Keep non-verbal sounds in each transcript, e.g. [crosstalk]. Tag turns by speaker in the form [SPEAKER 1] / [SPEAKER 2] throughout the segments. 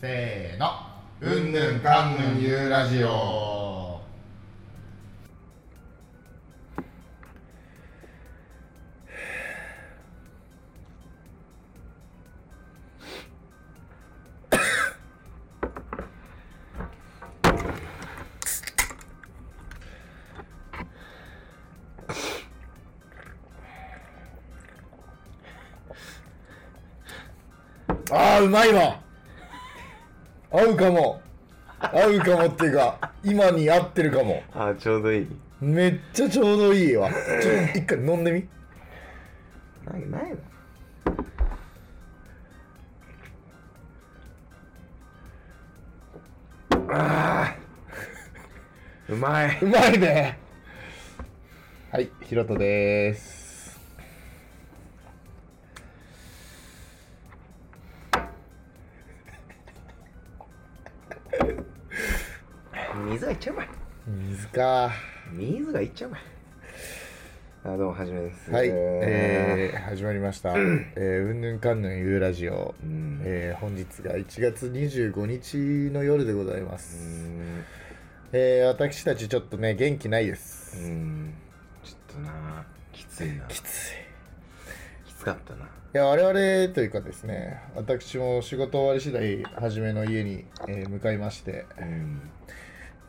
[SPEAKER 1] せーの
[SPEAKER 2] うんぬんかんぬんゆうラジオ
[SPEAKER 3] ああうまいわ合うかも合うかもっていうか今に合ってるかも
[SPEAKER 4] あーちょうどいい
[SPEAKER 3] めっちゃちょうどいいわちょっと一回飲んでみ
[SPEAKER 4] ないないなあーうまいう
[SPEAKER 3] まいねはいひろとでーす
[SPEAKER 4] 水がいっちゃうまい
[SPEAKER 3] 水か
[SPEAKER 4] 水がいっちゃうまいあーどうもはじめです
[SPEAKER 3] はい、
[SPEAKER 4] え
[SPEAKER 3] えー、始まりました「えー、うんぬんかんぬんゆうラジオ」
[SPEAKER 4] ん
[SPEAKER 3] えー本日が1月25日の夜でございま
[SPEAKER 4] ーう
[SPEAKER 3] す、
[SPEAKER 4] ん
[SPEAKER 3] えー、私たちちょっとね元気ないです
[SPEAKER 4] うーんちょっとなきついなき
[SPEAKER 3] きつい
[SPEAKER 4] つかったない
[SPEAKER 3] や我々というかですね私も仕事終わり次第初めの家に、えー向かいまして、
[SPEAKER 4] うん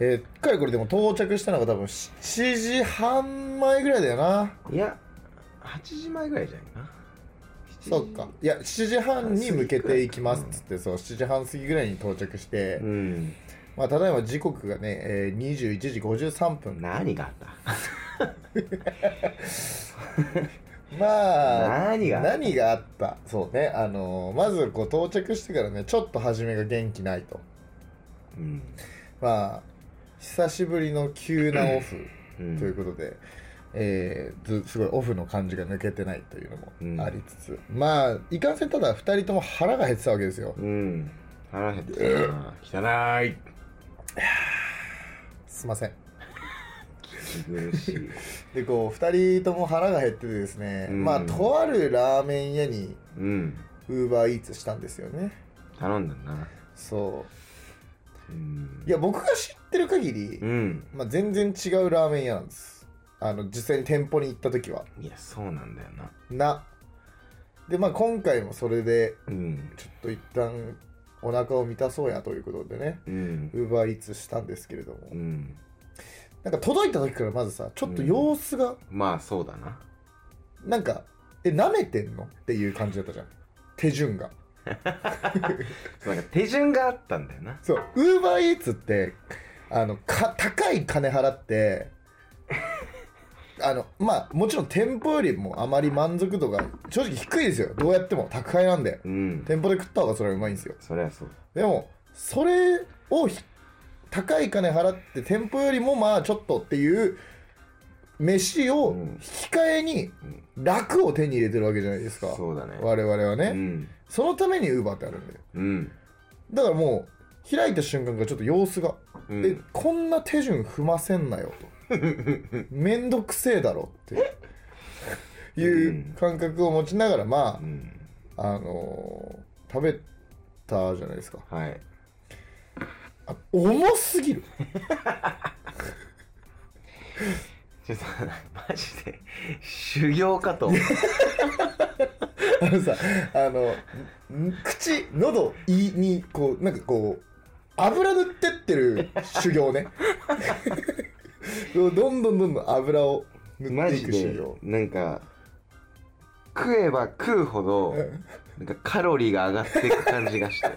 [SPEAKER 3] えー、かれこれでも到着したのが多分7時半前ぐらいだよない
[SPEAKER 4] や8時前ぐらいじゃないかな
[SPEAKER 3] そうかいや7時半に向けていきますっつってそう7時半過ぎぐらいに到着して、
[SPEAKER 4] うん
[SPEAKER 3] まあ、ただいま時刻がね、えー、21時53分
[SPEAKER 4] 何があった
[SPEAKER 3] まあ
[SPEAKER 4] 何が
[SPEAKER 3] 何があったそうねあのーまずこう到着してからねちょっと初めが元気ないと
[SPEAKER 4] うん
[SPEAKER 3] まあ久しぶりの急なオフと
[SPEAKER 4] う
[SPEAKER 3] い
[SPEAKER 4] ん
[SPEAKER 3] うことで、えーずすごいオフの感じが抜けてないというのもありつつ、まあいかんせんただ2人とも腹が減ってたわけですよ
[SPEAKER 4] うん腹減ってきたな汚い
[SPEAKER 3] すいません
[SPEAKER 4] 息苦しい
[SPEAKER 3] でこう2人とも腹が減っててですね、
[SPEAKER 4] うん
[SPEAKER 3] まあとあるラーメン屋に
[SPEAKER 4] うん
[SPEAKER 3] ウーバーイーツしたんですよね
[SPEAKER 4] 頼んだな
[SPEAKER 3] そううい
[SPEAKER 4] ん
[SPEAKER 3] や僕が知ってる限り、
[SPEAKER 4] うん
[SPEAKER 3] まあ、全然違うラーメン屋なんですあの実際に店舗に行った時はい
[SPEAKER 4] やそうなんだよな
[SPEAKER 3] なでまあ今回もそれで
[SPEAKER 4] うん
[SPEAKER 3] ちょっと一旦お腹を満たそうやということでね
[SPEAKER 4] うん
[SPEAKER 3] ウーバーイーツしたんですけれども
[SPEAKER 4] うん
[SPEAKER 3] なんか届いた時からまずさちょっと様子が、
[SPEAKER 4] まあそうだな
[SPEAKER 3] なんかえ舐めてんのっていう感じだったじゃん手順が
[SPEAKER 4] なんか手順があったんだよな
[SPEAKER 3] そうウーバーイーツってあのか高い金払ってあのまあもちろん店舗よりもあまり満足度が正直低いですよどうやっても宅配なんで
[SPEAKER 4] うん
[SPEAKER 3] 店舗で食った方がそれはうまいんですよ
[SPEAKER 4] そりゃそう
[SPEAKER 3] でもそれをひ高い金払って店舗よりもまあちょっとっていう飯を
[SPEAKER 4] うん
[SPEAKER 3] 引き換えに楽を手に入れてるわけじゃないですか、
[SPEAKER 4] そうだね
[SPEAKER 3] 我々はね、
[SPEAKER 4] うん
[SPEAKER 3] そのために Uber ってあるんだよ
[SPEAKER 4] うん
[SPEAKER 3] だからもう開いた瞬間からちょっと様子が、
[SPEAKER 4] うん
[SPEAKER 3] えこんな手順踏ませんなよ
[SPEAKER 4] [laughs]
[SPEAKER 3] とめんどくせえだろっていう
[SPEAKER 4] うん
[SPEAKER 3] う感覚を持ちながらま
[SPEAKER 4] うん
[SPEAKER 3] あ、あのー食べたじゃないですか
[SPEAKER 4] はい
[SPEAKER 3] あ重すぎる
[SPEAKER 4] ちょっとマジで [laughs] 修行かと思う
[SPEAKER 3] あのさあのん口喉胃にこうなんかこう油塗ってってる修行
[SPEAKER 4] [laughs]
[SPEAKER 3] ねどんどんどんどん油を塗っ
[SPEAKER 4] マ
[SPEAKER 3] てい
[SPEAKER 4] ジ
[SPEAKER 3] く修
[SPEAKER 4] で
[SPEAKER 3] 行
[SPEAKER 4] なんか食えば食うほどなんかカロリーが上がっていく感じがして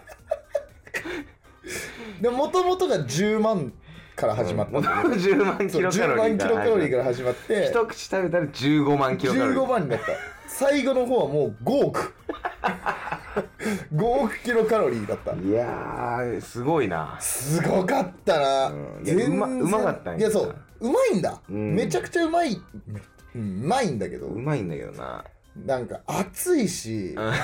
[SPEAKER 3] でもともとが10万から [laughs] 始まったんだよね、
[SPEAKER 4] 10万
[SPEAKER 3] そ
[SPEAKER 4] キ
[SPEAKER 3] う
[SPEAKER 4] ロカ
[SPEAKER 3] 10
[SPEAKER 4] ロリ
[SPEAKER 3] 万キ
[SPEAKER 4] ーか
[SPEAKER 3] ロ
[SPEAKER 4] ら
[SPEAKER 3] カロリーから始まって
[SPEAKER 4] 一口食べたら15万キロカロリー
[SPEAKER 3] 15万になった最後の方はもう5億5億キロカロリーだった
[SPEAKER 4] いやーすごいな
[SPEAKER 3] すごかったな、
[SPEAKER 4] うんいやうまうまかったんや
[SPEAKER 3] いやそううまいんだ、
[SPEAKER 4] うん
[SPEAKER 3] めちゃくちゃうまいうんうまいんだけど
[SPEAKER 4] うまいんだけどな
[SPEAKER 3] なんか暑いし
[SPEAKER 4] うん [laughs]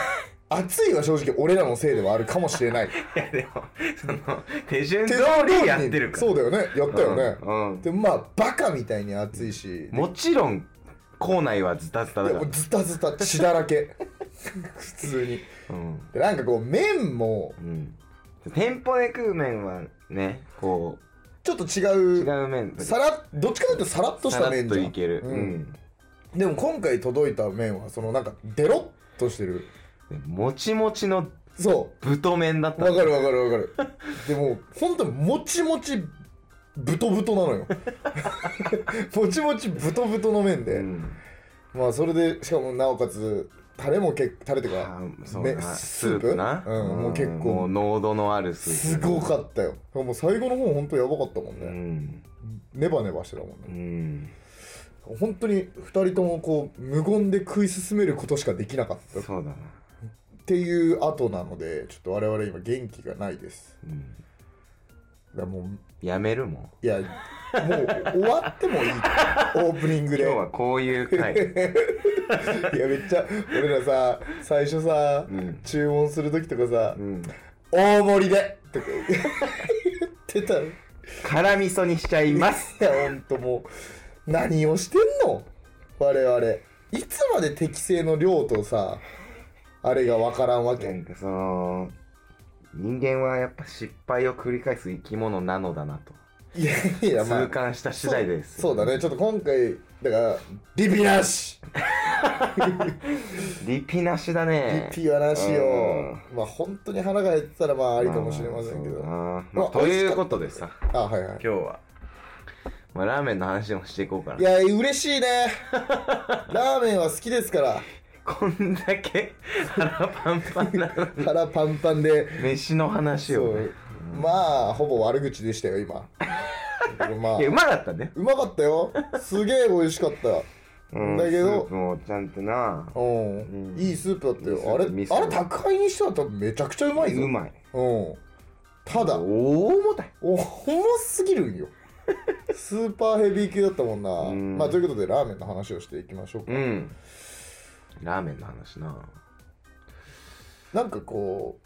[SPEAKER 3] 暑いは正直俺らのせいではあるかもしれない
[SPEAKER 4] いやでもその手順通りやってるから
[SPEAKER 3] そうだよねやったよね、
[SPEAKER 4] うんうん
[SPEAKER 3] でもまあバカみたいに暑いし
[SPEAKER 4] もちろん校内はズタズタだ
[SPEAKER 3] いや
[SPEAKER 4] か
[SPEAKER 3] も
[SPEAKER 4] ら
[SPEAKER 3] うズタズタ血だらけ普通に
[SPEAKER 4] うん
[SPEAKER 3] でなんかこう麺も
[SPEAKER 4] うん店舗で食う麺はねこ
[SPEAKER 3] ちょっと
[SPEAKER 4] う
[SPEAKER 3] 違
[SPEAKER 4] 違
[SPEAKER 3] う
[SPEAKER 4] う麺
[SPEAKER 3] さらどっちかというとさらっとし
[SPEAKER 4] さ
[SPEAKER 3] た
[SPEAKER 4] らっ
[SPEAKER 3] 麺
[SPEAKER 4] と
[SPEAKER 3] じゃ
[SPEAKER 4] い
[SPEAKER 3] ん
[SPEAKER 4] ける
[SPEAKER 3] う
[SPEAKER 4] うんん、
[SPEAKER 3] でも今回届いた麺はそのなんかデロッとしてる
[SPEAKER 4] もちもちの
[SPEAKER 3] そ
[SPEAKER 4] 太麺だっ
[SPEAKER 3] う
[SPEAKER 4] た
[SPEAKER 3] わかるわかるわかるでもほんともちもちぶとぶとなのよ [laughs] もちもちぶとぶとの麺で、
[SPEAKER 4] うん
[SPEAKER 3] まあそれでしかもなおかつタレもけタレってか
[SPEAKER 4] あそう
[SPEAKER 3] ね
[SPEAKER 4] な
[SPEAKER 3] ス
[SPEAKER 4] ス
[SPEAKER 3] ープ
[SPEAKER 4] ープな
[SPEAKER 3] うんもう結構
[SPEAKER 4] もう濃度のあるスープ
[SPEAKER 3] すごかったよもう最後の方ほんとやばかったもん
[SPEAKER 4] う
[SPEAKER 3] ね、
[SPEAKER 4] ん
[SPEAKER 3] ネバネバしてたもん
[SPEAKER 4] う
[SPEAKER 3] ね
[SPEAKER 4] ん
[SPEAKER 3] 本当に2人ともこう無言で食い進めることしかできなかったっ
[SPEAKER 4] そうだな
[SPEAKER 3] ていう後なのでちょっと我々今元気がないです
[SPEAKER 4] うん
[SPEAKER 3] だからもう
[SPEAKER 4] やめるも
[SPEAKER 3] い
[SPEAKER 4] ん
[SPEAKER 3] や、もう終わって
[SPEAKER 4] [laughs]
[SPEAKER 3] もいい。オープニングで。い
[SPEAKER 4] 今日はこういう
[SPEAKER 3] [laughs]
[SPEAKER 4] 回
[SPEAKER 3] や、めっちゃ、俺らさ、最初さ、
[SPEAKER 4] うん
[SPEAKER 3] 注文するときとかさ、
[SPEAKER 4] うん
[SPEAKER 3] 大盛りでとか言ってたの。い
[SPEAKER 4] 辛味噌にしちゃいます
[SPEAKER 3] や、ほんともう、何をしてんの我々。いつまで適正の量とさ、あれがわからんわけ。
[SPEAKER 4] なんかその人間はやっぱ失敗を繰り返す生き物なのだなと
[SPEAKER 3] いやいや、まあ
[SPEAKER 4] 痛。感した次第です
[SPEAKER 3] そうそうだね、ちょっと今回、だから、リピなし
[SPEAKER 4] リピなしだね
[SPEAKER 3] リピはなしよ
[SPEAKER 4] うん。
[SPEAKER 3] まあ、本当に腹が減ってたら、まあ、ありかもしれませんけど。
[SPEAKER 4] まあまあそうだなまあ
[SPEAKER 3] まあ
[SPEAKER 4] ということでさ
[SPEAKER 3] あ、はいはい。
[SPEAKER 4] 今日は、まあ、ラーメンの話もしていこうか
[SPEAKER 3] い
[SPEAKER 4] な
[SPEAKER 3] や、嬉しいね。ラーメンは好きですから。
[SPEAKER 4] こんだけ [laughs] 腹パンパンなのに
[SPEAKER 3] 腹パンパンで。
[SPEAKER 4] 飯の話
[SPEAKER 3] そ
[SPEAKER 4] をね
[SPEAKER 3] う。まあ、ほぼ悪口でしたよ、今。まあ
[SPEAKER 4] いや、うまかったね
[SPEAKER 3] うまかったよ。すげえ美味しかった。
[SPEAKER 4] うん
[SPEAKER 3] だけど
[SPEAKER 4] スープもちゃんとな
[SPEAKER 3] うん。
[SPEAKER 4] うん
[SPEAKER 3] いいスープだった
[SPEAKER 4] いい
[SPEAKER 3] よ。
[SPEAKER 4] スープ
[SPEAKER 3] あれ、
[SPEAKER 4] ミスよ
[SPEAKER 3] あれ、宅配にしては多分めちゃくちゃうまいぞ。
[SPEAKER 4] うまい
[SPEAKER 3] うん。ただ、
[SPEAKER 4] 大重たい
[SPEAKER 3] 重すぎるんよ。スーパーヘビー級だったもんな。
[SPEAKER 4] ん
[SPEAKER 3] まあ、ということで、ラーメンの話をしていきましょうか。
[SPEAKER 4] うんラーメンの話な
[SPEAKER 3] なんかこ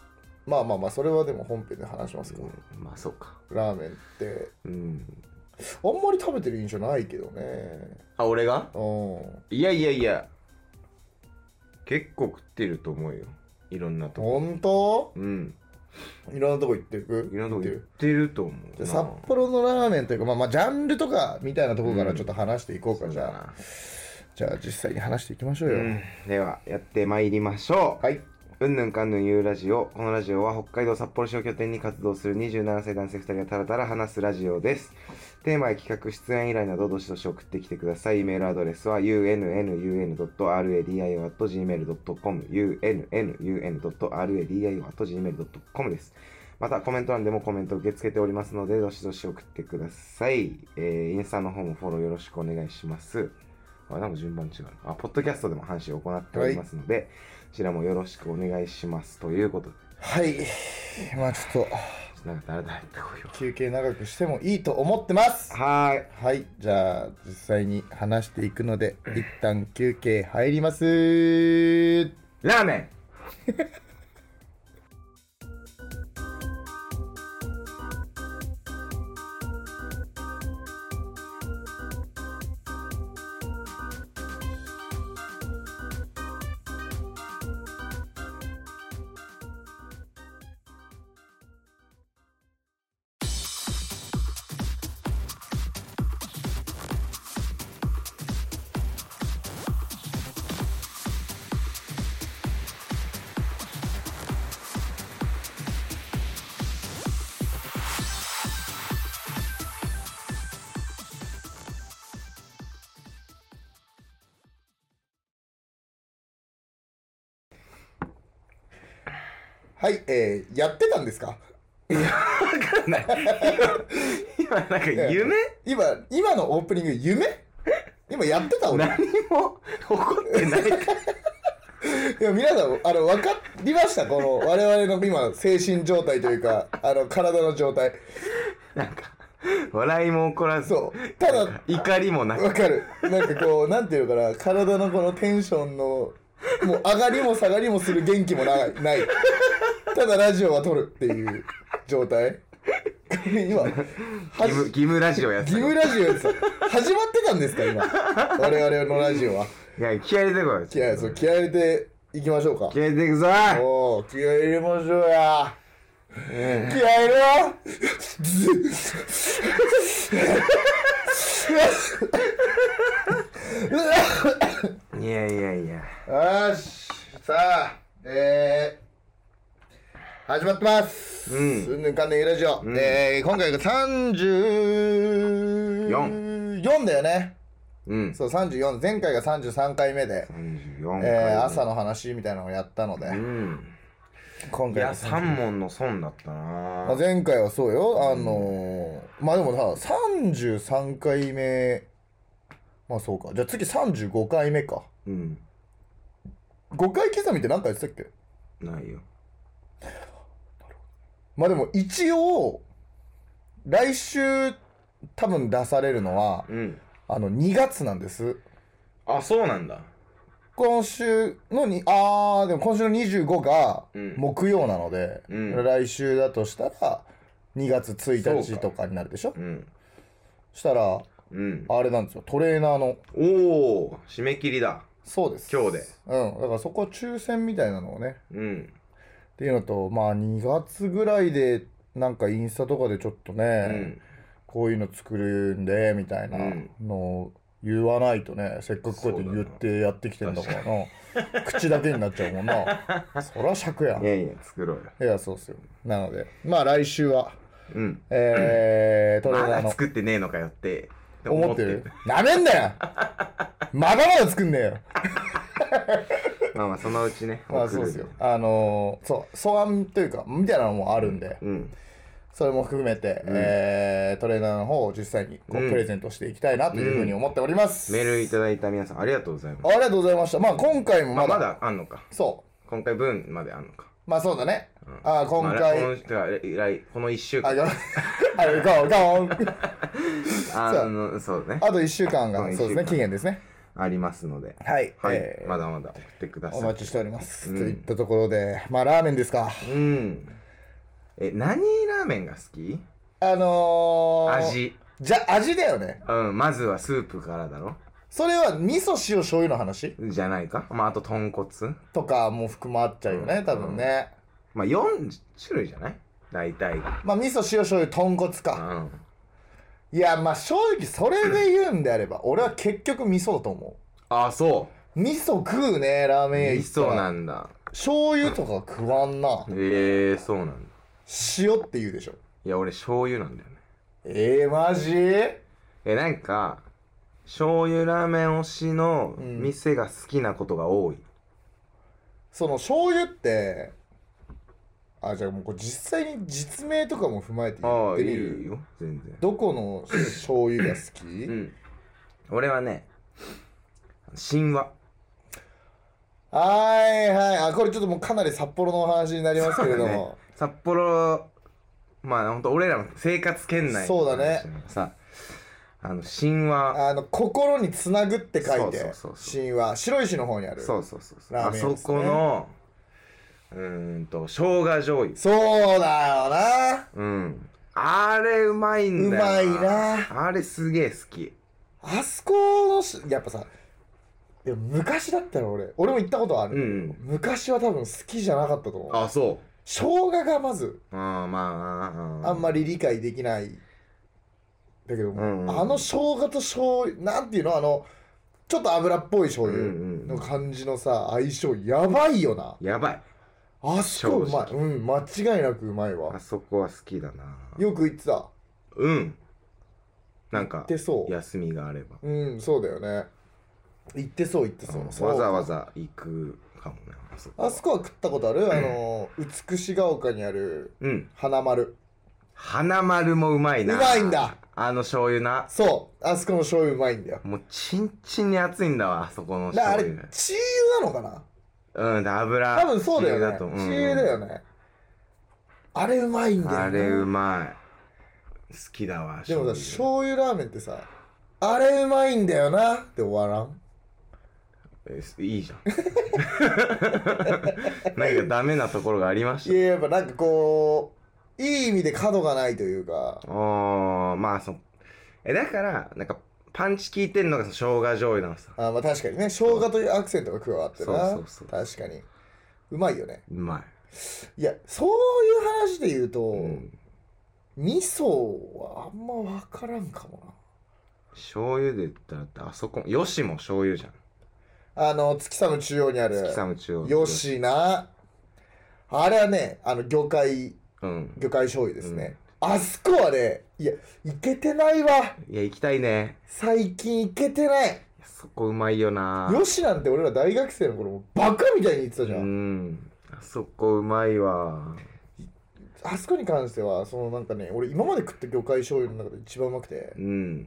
[SPEAKER 3] う、まあまあまあ、それはでも本編で話しますか。
[SPEAKER 4] うんまあそうか
[SPEAKER 3] ラーメンって。
[SPEAKER 4] うん
[SPEAKER 3] あんまり食べてる印象ないけどね。
[SPEAKER 4] あ俺が
[SPEAKER 3] うん。
[SPEAKER 4] いやいやいや結構食ってると思うよいろんなとこ
[SPEAKER 3] 本当
[SPEAKER 4] うん
[SPEAKER 3] いろんなとこ行ってく
[SPEAKER 4] いろんなとこ行っ
[SPEAKER 3] く。
[SPEAKER 4] てると思う
[SPEAKER 3] じゃ
[SPEAKER 4] な
[SPEAKER 3] あ札幌のラーメンというか、まあまあ、ジャンルとかみたいなところから
[SPEAKER 4] うん
[SPEAKER 3] ちょっと話していこうか、
[SPEAKER 4] そう
[SPEAKER 3] じ
[SPEAKER 4] だ
[SPEAKER 3] ゃあ。
[SPEAKER 4] な
[SPEAKER 3] じゃあ、実際に話していきましょうよ。
[SPEAKER 4] うんではやってまいりましょう
[SPEAKER 3] はい。
[SPEAKER 4] うんぬんかんぬんゆうラジオこのラジオは北海道札幌市を拠点に活動する27歳男性2人がたらたら話すラジオですテーマや企画出演依頼などどしどし送ってきてくださいメールアドレスは unnun.radio.gmail.com unnun.radio.gmail.com ですまたコメント欄でもコメントを受け付けておりますのでどしどし送ってください、えーインスタの方もフォローよろしくお願いしますあなんか順番違うなあポッドキャストでも話を行っておりますので、こちらもよろしくお願いしますということで
[SPEAKER 3] はい。まあ、ちょっ
[SPEAKER 4] なんか誰だってこいよ
[SPEAKER 3] と、休憩長くしてもいいと思ってます。
[SPEAKER 4] はーい
[SPEAKER 3] はい。じゃあ、実際に話していくので、一旦休憩入ります。
[SPEAKER 4] ラーメン
[SPEAKER 3] はい。えー、やってたんですか
[SPEAKER 4] 今なんか [laughs] 夢
[SPEAKER 3] 今、今のオープニング、
[SPEAKER 4] [laughs]
[SPEAKER 3] 夢今やってた俺。
[SPEAKER 4] 何も起こってない
[SPEAKER 3] いや皆さんあの分かりましたこの我々の今精神状態というかあの体の状態
[SPEAKER 4] なんか笑いも起こらず
[SPEAKER 3] そうただ
[SPEAKER 4] 怒りもな
[SPEAKER 3] 分
[SPEAKER 4] く
[SPEAKER 3] かるなんか
[SPEAKER 4] [laughs]
[SPEAKER 3] こうなんていうのかな体のこのテンションのもう上がりも下がりもする元気もないないただラジオは撮るっていう状態 [laughs] 今は
[SPEAKER 4] 義
[SPEAKER 3] じ
[SPEAKER 4] 務義務ラジオやって
[SPEAKER 3] 義
[SPEAKER 4] た
[SPEAKER 3] 務ラジオです始まってたんですか今我々のラジオはい
[SPEAKER 4] や気合い入れてこい
[SPEAKER 3] 気合そう気合入れていきましょうか
[SPEAKER 4] 気合い入れてくぞ
[SPEAKER 3] おお気合入れましょうや
[SPEAKER 4] え
[SPEAKER 3] 気合いろ
[SPEAKER 4] えいやいやいや。
[SPEAKER 2] よしさあえー、始まってます
[SPEAKER 4] うん
[SPEAKER 2] うんぬんかんねゆラジオ、
[SPEAKER 4] うん
[SPEAKER 2] えー今回が34
[SPEAKER 3] だよね
[SPEAKER 4] うん。
[SPEAKER 3] そう34前回が33回目で、
[SPEAKER 4] 34回、
[SPEAKER 3] えー朝の話みたいなのをやったので、
[SPEAKER 4] うん。
[SPEAKER 3] 今
[SPEAKER 4] い
[SPEAKER 3] 回
[SPEAKER 4] や、
[SPEAKER 3] が
[SPEAKER 4] 3問の損だったな
[SPEAKER 3] まあ、前回はそうよあのーまあでもさ33回目まあそうかじゃあ次35回目か
[SPEAKER 4] うん。
[SPEAKER 3] 5回刻みって何回やってたっけ
[SPEAKER 4] ないよ。
[SPEAKER 3] まあでも一応来週多分出されるのは
[SPEAKER 4] うん。
[SPEAKER 3] あの2月なんです
[SPEAKER 4] あ、そうなんだ。
[SPEAKER 3] 今週のにあーでも今週の25が
[SPEAKER 4] うん
[SPEAKER 3] 木曜なので、
[SPEAKER 4] うん
[SPEAKER 3] 来週だとしたら2月1
[SPEAKER 4] そう
[SPEAKER 3] 日
[SPEAKER 4] か
[SPEAKER 3] とかになるでしょ
[SPEAKER 4] うん。
[SPEAKER 3] したら
[SPEAKER 4] うん。
[SPEAKER 3] あれなんですよトレーナーの
[SPEAKER 4] おお締め切りだ。
[SPEAKER 3] そうです
[SPEAKER 4] 今日で
[SPEAKER 3] うんだからそこ抽選みたいなのをね
[SPEAKER 4] うん。
[SPEAKER 3] っていうのとまあ2月ぐらいでなんかインスタとかでちょっとね、
[SPEAKER 4] うん。
[SPEAKER 3] こういうの作るんでみたいな
[SPEAKER 4] うん
[SPEAKER 3] のを言わないとねせっかくこうやって言ってやってきてんだからな口だけになっちゃうもん
[SPEAKER 4] [laughs]
[SPEAKER 3] なそら尺やん
[SPEAKER 4] いやいや、作ろうよ。
[SPEAKER 3] いやそうっすよなのでまあ来週は
[SPEAKER 4] うん。
[SPEAKER 3] えー、トレ
[SPEAKER 4] ま
[SPEAKER 3] ーナー
[SPEAKER 4] だ
[SPEAKER 3] の
[SPEAKER 4] 作ってねえのかよって。
[SPEAKER 3] 思ってるなめんなよまだまだ作んねえよ
[SPEAKER 4] まあまあ、そのうちね。
[SPEAKER 3] [laughs] まあ
[SPEAKER 4] 送
[SPEAKER 3] そう
[SPEAKER 4] る
[SPEAKER 3] ですよ。あのーそう素案というかみたいなのもあるんで
[SPEAKER 4] うん。
[SPEAKER 3] それも含めて、えートレーナーの方を実際にこう、
[SPEAKER 4] うん
[SPEAKER 3] プレゼントしていきたいなというふうに思っております、
[SPEAKER 4] メールいただいた皆さん、ありがとうございま
[SPEAKER 3] あ
[SPEAKER 4] す。
[SPEAKER 3] りがとうございましたまあ今回も
[SPEAKER 4] ま
[SPEAKER 3] ま
[SPEAKER 4] あ、
[SPEAKER 3] だ,、
[SPEAKER 4] まだあんのか。
[SPEAKER 3] そ
[SPEAKER 4] 今回分まであんのか。
[SPEAKER 3] うまあそうだね、あー今
[SPEAKER 4] まあ
[SPEAKER 3] 回、
[SPEAKER 4] このてか来来この1週
[SPEAKER 3] あ
[SPEAKER 4] 間。
[SPEAKER 3] [laughs] よあよかおかお
[SPEAKER 4] [laughs] あの、そうね。
[SPEAKER 3] あと1週間が
[SPEAKER 4] うん一週間
[SPEAKER 3] そうですね期限ですね
[SPEAKER 4] ありますので。
[SPEAKER 3] はい、
[SPEAKER 4] はい、
[SPEAKER 3] えー
[SPEAKER 4] まだまだ送ってくだ
[SPEAKER 3] お
[SPEAKER 4] さい
[SPEAKER 3] 待。ちしております、
[SPEAKER 4] うん
[SPEAKER 3] といったところでまあラーメンですか
[SPEAKER 4] うん。え、何ラーメンが好き
[SPEAKER 3] あのー、
[SPEAKER 4] 味。
[SPEAKER 3] じゃ味だよね
[SPEAKER 4] うん、まずはスープからだろ
[SPEAKER 3] それは味噌塩醤油の話
[SPEAKER 4] じゃないか。まあ、あと豚骨。
[SPEAKER 3] とかも含まっちゃうよね、
[SPEAKER 4] うん
[SPEAKER 3] 多分ね、
[SPEAKER 4] まあ、4種類じゃない大体が。
[SPEAKER 3] まあ味噌塩醤油豚骨
[SPEAKER 4] う
[SPEAKER 3] か、
[SPEAKER 4] ん。
[SPEAKER 3] いやまあ正直それで言うんであれば俺は結局味噌だと思
[SPEAKER 4] あ、そう
[SPEAKER 3] 味噌食うねラー
[SPEAKER 4] う。
[SPEAKER 3] メン屋
[SPEAKER 4] 味
[SPEAKER 3] 行ったら
[SPEAKER 4] 噌なんだ。
[SPEAKER 3] 醤油とか食わんな
[SPEAKER 4] ええー、そうなんだ。
[SPEAKER 3] 塩って言うでしょ
[SPEAKER 4] いや、俺、醤油なんだよね。
[SPEAKER 3] えー、マジ
[SPEAKER 4] え、なんか、醤油ラーメン推しの
[SPEAKER 3] うん
[SPEAKER 4] 店が好きなことが多い。
[SPEAKER 3] その醤油ってあじゃあもうこれ実際に実名とかも踏まえて言
[SPEAKER 4] あ
[SPEAKER 3] っ
[SPEAKER 4] あ、
[SPEAKER 3] てみ
[SPEAKER 4] いい
[SPEAKER 3] る
[SPEAKER 4] よ、全然。
[SPEAKER 3] どこの醤油が好き、
[SPEAKER 4] うん。俺はね、神話。
[SPEAKER 3] はいはいあこれちょっともうかなり札幌のお話になりますけれども、
[SPEAKER 4] 札幌まあ本当俺らの生活圏内
[SPEAKER 3] そうだね
[SPEAKER 4] さあの神話
[SPEAKER 3] あの心につなぐって書いて
[SPEAKER 4] そうそうそうそう
[SPEAKER 3] 神話白石の方にある
[SPEAKER 4] そうそうそうそう、
[SPEAKER 3] ラー
[SPEAKER 4] あ
[SPEAKER 3] メン屋ですね
[SPEAKER 4] そこのうーんと生姜醤油
[SPEAKER 3] そうだよな
[SPEAKER 4] うんあれうまいんだよ
[SPEAKER 3] うまいな
[SPEAKER 4] あれすげえ好き
[SPEAKER 3] あそこのしやっぱさいや昔だったら俺俺も行ったことあ
[SPEAKER 4] うん
[SPEAKER 3] る、
[SPEAKER 4] うん
[SPEAKER 3] 昔は多分好きじゃなかったと思う
[SPEAKER 4] あそ
[SPEAKER 3] 生姜がまず
[SPEAKER 4] うあーまあ
[SPEAKER 3] あんま
[SPEAKER 4] り
[SPEAKER 3] り理解できないだけど、
[SPEAKER 4] うんうん
[SPEAKER 3] あの生姜と醤油なんていうのあのちょっと油っぽい醤
[SPEAKER 4] う
[SPEAKER 3] 油
[SPEAKER 4] んう
[SPEAKER 3] の
[SPEAKER 4] ん
[SPEAKER 3] 感じのさ相性やばいよな
[SPEAKER 4] やばい
[SPEAKER 3] あそこうまい
[SPEAKER 4] 正
[SPEAKER 3] うん間違いなくうまいわ
[SPEAKER 4] あそこは好きだな
[SPEAKER 3] よく言ってた
[SPEAKER 4] うんなんか
[SPEAKER 3] 言ってそう
[SPEAKER 4] 休みがあれば
[SPEAKER 3] うんそうだよね言ってそう言ってそう,、
[SPEAKER 4] うん
[SPEAKER 3] そう
[SPEAKER 4] わざわざ行くかもねあそこは
[SPEAKER 3] あそこは食ったことあるあの美しが丘にある
[SPEAKER 4] うん
[SPEAKER 3] 花丸
[SPEAKER 4] 花丸もうまいな
[SPEAKER 3] うまいんだ
[SPEAKER 4] あの醤油な
[SPEAKER 3] そうあそこの醤油うまいんだよ
[SPEAKER 4] もうチンチンに熱いんだわあそこの
[SPEAKER 3] だからあ
[SPEAKER 4] 醤
[SPEAKER 3] れ
[SPEAKER 4] 油
[SPEAKER 3] チー油なのかな
[SPEAKER 4] うんだ油
[SPEAKER 3] 多分そうだよね。
[SPEAKER 4] とうん
[SPEAKER 3] チーだよね。あれうまいんだよ、ね。
[SPEAKER 4] あれうまい好きだわ
[SPEAKER 3] でもさ、醤油ラーメンってさ、あれうまいんだよなって終わらん。
[SPEAKER 4] えすいいじゃん [laughs] 何かダメなところがありまし
[SPEAKER 3] いや、やっぱなんかこう、いい意味で角がないというか、
[SPEAKER 4] たおーまあそうえだからなんかパンチ効いてんのがその生姜醤油なのさ
[SPEAKER 3] あまあ確かにね、生姜というアクセントが加わってな。
[SPEAKER 4] そうそうそう
[SPEAKER 3] 確かに。うまいよね。
[SPEAKER 4] うまい
[SPEAKER 3] いやそういう話で言うと、
[SPEAKER 4] うん
[SPEAKER 3] 味噌はあんま分からんかもな
[SPEAKER 4] 醤油で言ったらだってあそこよしも醤油じゃん
[SPEAKER 3] あの月佐の中央にある
[SPEAKER 4] 月寒中央
[SPEAKER 3] よしなあれはねあの魚介
[SPEAKER 4] うん
[SPEAKER 3] 魚介醤油ですね、あそこはねいやいけてないわ
[SPEAKER 4] いや行きたいね
[SPEAKER 3] 最近いけてない
[SPEAKER 4] いやそこうまいよな
[SPEAKER 3] よしなんて俺ら大学生の頃もうバカみたいに言ってたじゃん、
[SPEAKER 4] うんあそこうまいわ
[SPEAKER 3] あそこに関してはそのなんかね俺今まで食った魚介醤油の中で一番うまくて
[SPEAKER 4] うん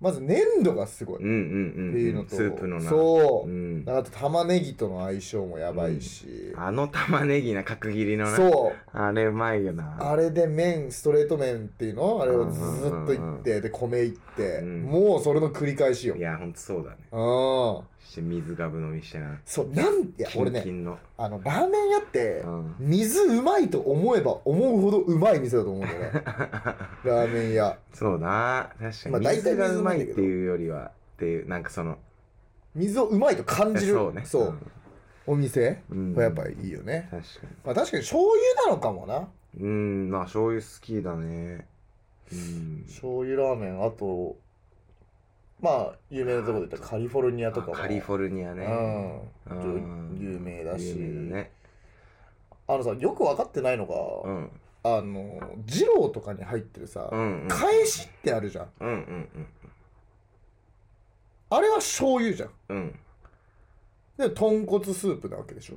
[SPEAKER 3] まず粘度がすごいっ
[SPEAKER 4] うんうん
[SPEAKER 3] て
[SPEAKER 4] うん
[SPEAKER 3] いう
[SPEAKER 4] う
[SPEAKER 3] の
[SPEAKER 4] ん
[SPEAKER 3] と、
[SPEAKER 4] スープのな
[SPEAKER 3] そう、
[SPEAKER 4] ん
[SPEAKER 3] あと玉ねぎとの相性もやばいし、
[SPEAKER 4] あの玉ねぎな角切りのな
[SPEAKER 3] そう
[SPEAKER 4] あれうまいよな
[SPEAKER 3] あれで麺ストレート麺っていうのあれをずーっといってで米いって、
[SPEAKER 4] うん
[SPEAKER 3] もうそれの繰り返しよ
[SPEAKER 4] いやほんとそうだね
[SPEAKER 3] うん
[SPEAKER 4] して水がぶ飲みしてな
[SPEAKER 3] そうなんいや
[SPEAKER 4] キ
[SPEAKER 3] 俺
[SPEAKER 4] ン
[SPEAKER 3] ね
[SPEAKER 4] キンの
[SPEAKER 3] あのラーメン屋って、
[SPEAKER 4] うん [laughs]
[SPEAKER 3] 水うまいと思えば思うほどうまい店だと思うんだよね
[SPEAKER 4] [laughs]
[SPEAKER 3] ラーメン屋
[SPEAKER 4] そうな確
[SPEAKER 3] ま
[SPEAKER 4] か
[SPEAKER 3] あ
[SPEAKER 4] に
[SPEAKER 3] 大体
[SPEAKER 4] 水が
[SPEAKER 3] 水
[SPEAKER 4] う
[SPEAKER 3] うま
[SPEAKER 4] ま
[SPEAKER 3] いん
[SPEAKER 4] い
[SPEAKER 3] だ
[SPEAKER 4] っ
[SPEAKER 3] けど
[SPEAKER 4] ていうよりはっていうなんかその
[SPEAKER 3] 水をうまいと感じる
[SPEAKER 4] そうね
[SPEAKER 3] お店
[SPEAKER 4] うん
[SPEAKER 3] はやっぱいいよね、
[SPEAKER 4] うん確か
[SPEAKER 3] まあ、確かに醤油なのかもな
[SPEAKER 4] にうんまあ醤油好きだねうん
[SPEAKER 3] 醤油ラーメンあとまあ有名なとこで言ったらカリフォルニアとかも
[SPEAKER 4] あカリフォルニアね
[SPEAKER 3] うん
[SPEAKER 4] うん
[SPEAKER 3] 有名だし
[SPEAKER 4] 有名だね
[SPEAKER 3] あのさよく分かってないの
[SPEAKER 4] う
[SPEAKER 3] が、
[SPEAKER 4] ん
[SPEAKER 3] あの二郎とかに入ってるさ、
[SPEAKER 4] うんうん
[SPEAKER 3] 返しってあるじゃん
[SPEAKER 4] うんうん
[SPEAKER 3] あれは醤油じゃん
[SPEAKER 4] うんうん
[SPEAKER 3] で豚骨スープなわけでしょ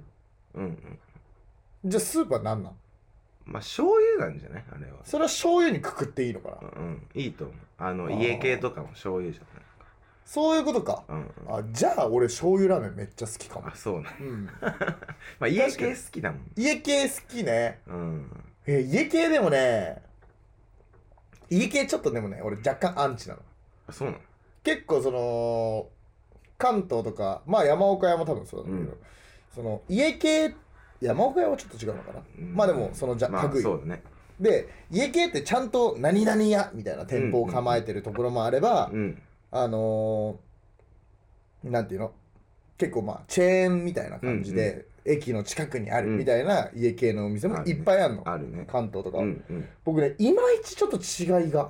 [SPEAKER 4] うんうん
[SPEAKER 3] じゃあスープは何なん
[SPEAKER 4] まあ醤油なんじゃないあれは
[SPEAKER 3] それは醤油にくくっていいのかな、
[SPEAKER 4] うんいいと思うあ
[SPEAKER 3] あ
[SPEAKER 4] の
[SPEAKER 3] ー
[SPEAKER 4] 家系とかも醤油じゃ
[SPEAKER 3] そういうことか
[SPEAKER 4] ないうんうん
[SPEAKER 3] あじゃあ俺醤油ラーメンめっちゃ好きかも
[SPEAKER 4] あ、そうなん
[SPEAKER 3] うん、
[SPEAKER 4] まあ家系好きだもん
[SPEAKER 3] 家系好きね
[SPEAKER 4] うん
[SPEAKER 3] え家系でもね家系ちょっとでもね俺若干アンチなの
[SPEAKER 4] あそうなの
[SPEAKER 3] 結構その関東とかまあ山岡屋も多分そうだけど、
[SPEAKER 4] うん
[SPEAKER 3] その家系山岡屋はちょっと違うのかな、
[SPEAKER 4] うん
[SPEAKER 3] まあでもそのじゃ
[SPEAKER 4] まあ
[SPEAKER 3] 類、
[SPEAKER 4] そうだね
[SPEAKER 3] で家系ってちゃんと何々屋みたいな店舗を構えてるところもあれば、
[SPEAKER 4] うん
[SPEAKER 3] あのーなんていうの結構まあチェーンみたいな感じで、駅の近くにあるみたいな家系のお店もいっぱいあるの、
[SPEAKER 4] あるね
[SPEAKER 3] 関東とか
[SPEAKER 4] う
[SPEAKER 3] は、
[SPEAKER 4] んうん
[SPEAKER 3] 僕ねいまいちちょっと違いが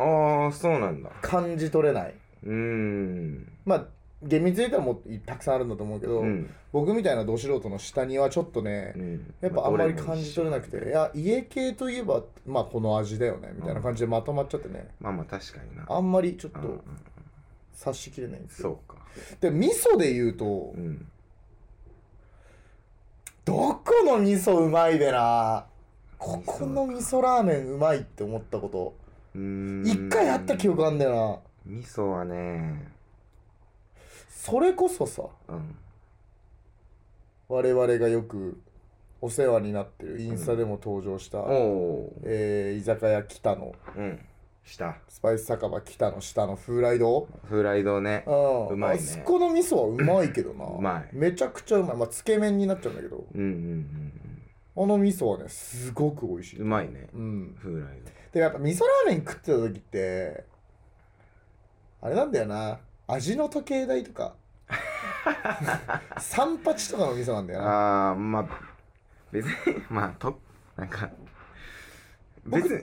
[SPEAKER 4] ああそうなんだ
[SPEAKER 3] 感じ取れないう
[SPEAKER 4] ーん
[SPEAKER 3] まあ厳密に言ったらもうたくさんあるんだと思うけど、
[SPEAKER 4] うん
[SPEAKER 3] 僕みたいなど素人の下にはちょっとね、
[SPEAKER 4] うん
[SPEAKER 3] やっぱあんまり感じ取れなく
[SPEAKER 4] まあども一緒だ
[SPEAKER 3] て、い
[SPEAKER 4] ね
[SPEAKER 3] や、家系といえば、まあこの味だよね、みたいな感じでまとまっちゃってね、
[SPEAKER 4] まあまあ確かにな
[SPEAKER 3] あんまりちょっ
[SPEAKER 4] うんうん
[SPEAKER 3] と察しきれないんですよ。
[SPEAKER 4] そうか
[SPEAKER 3] で、味噌で言うと
[SPEAKER 4] う、ん
[SPEAKER 3] どこの味噌うまいべなここの味噌ラーメンうまいって思ったこと、
[SPEAKER 4] うーん
[SPEAKER 3] 一回あった記憶あんだよ
[SPEAKER 4] 味噌はね
[SPEAKER 3] な。それこそさ、
[SPEAKER 4] うん
[SPEAKER 3] 我々がよくお世話になってる、インスタでも登場した、
[SPEAKER 4] おおー
[SPEAKER 3] えー居酒屋北の、
[SPEAKER 4] うんした
[SPEAKER 3] スパイス酒場北の下の風来堂
[SPEAKER 4] フライドね
[SPEAKER 3] うん
[SPEAKER 4] うまい
[SPEAKER 3] あ
[SPEAKER 4] ね
[SPEAKER 3] そこの味噌はうまいけどな
[SPEAKER 4] [laughs] うまい
[SPEAKER 3] めちゃくちゃうまいまあつけ麺になっちゃうんだけど
[SPEAKER 4] うんうんうん
[SPEAKER 3] あの味噌はねすごく美味し
[SPEAKER 4] うん
[SPEAKER 3] いう
[SPEAKER 4] まいね
[SPEAKER 3] うん
[SPEAKER 4] フライド
[SPEAKER 3] でもやっぱ味噌ラーメン食ってた時ってあれなんだよな味の時計台と
[SPEAKER 4] [laughs]
[SPEAKER 3] か三八とかの味噌なんだよな
[SPEAKER 4] ああまあ別にまあとなんか別に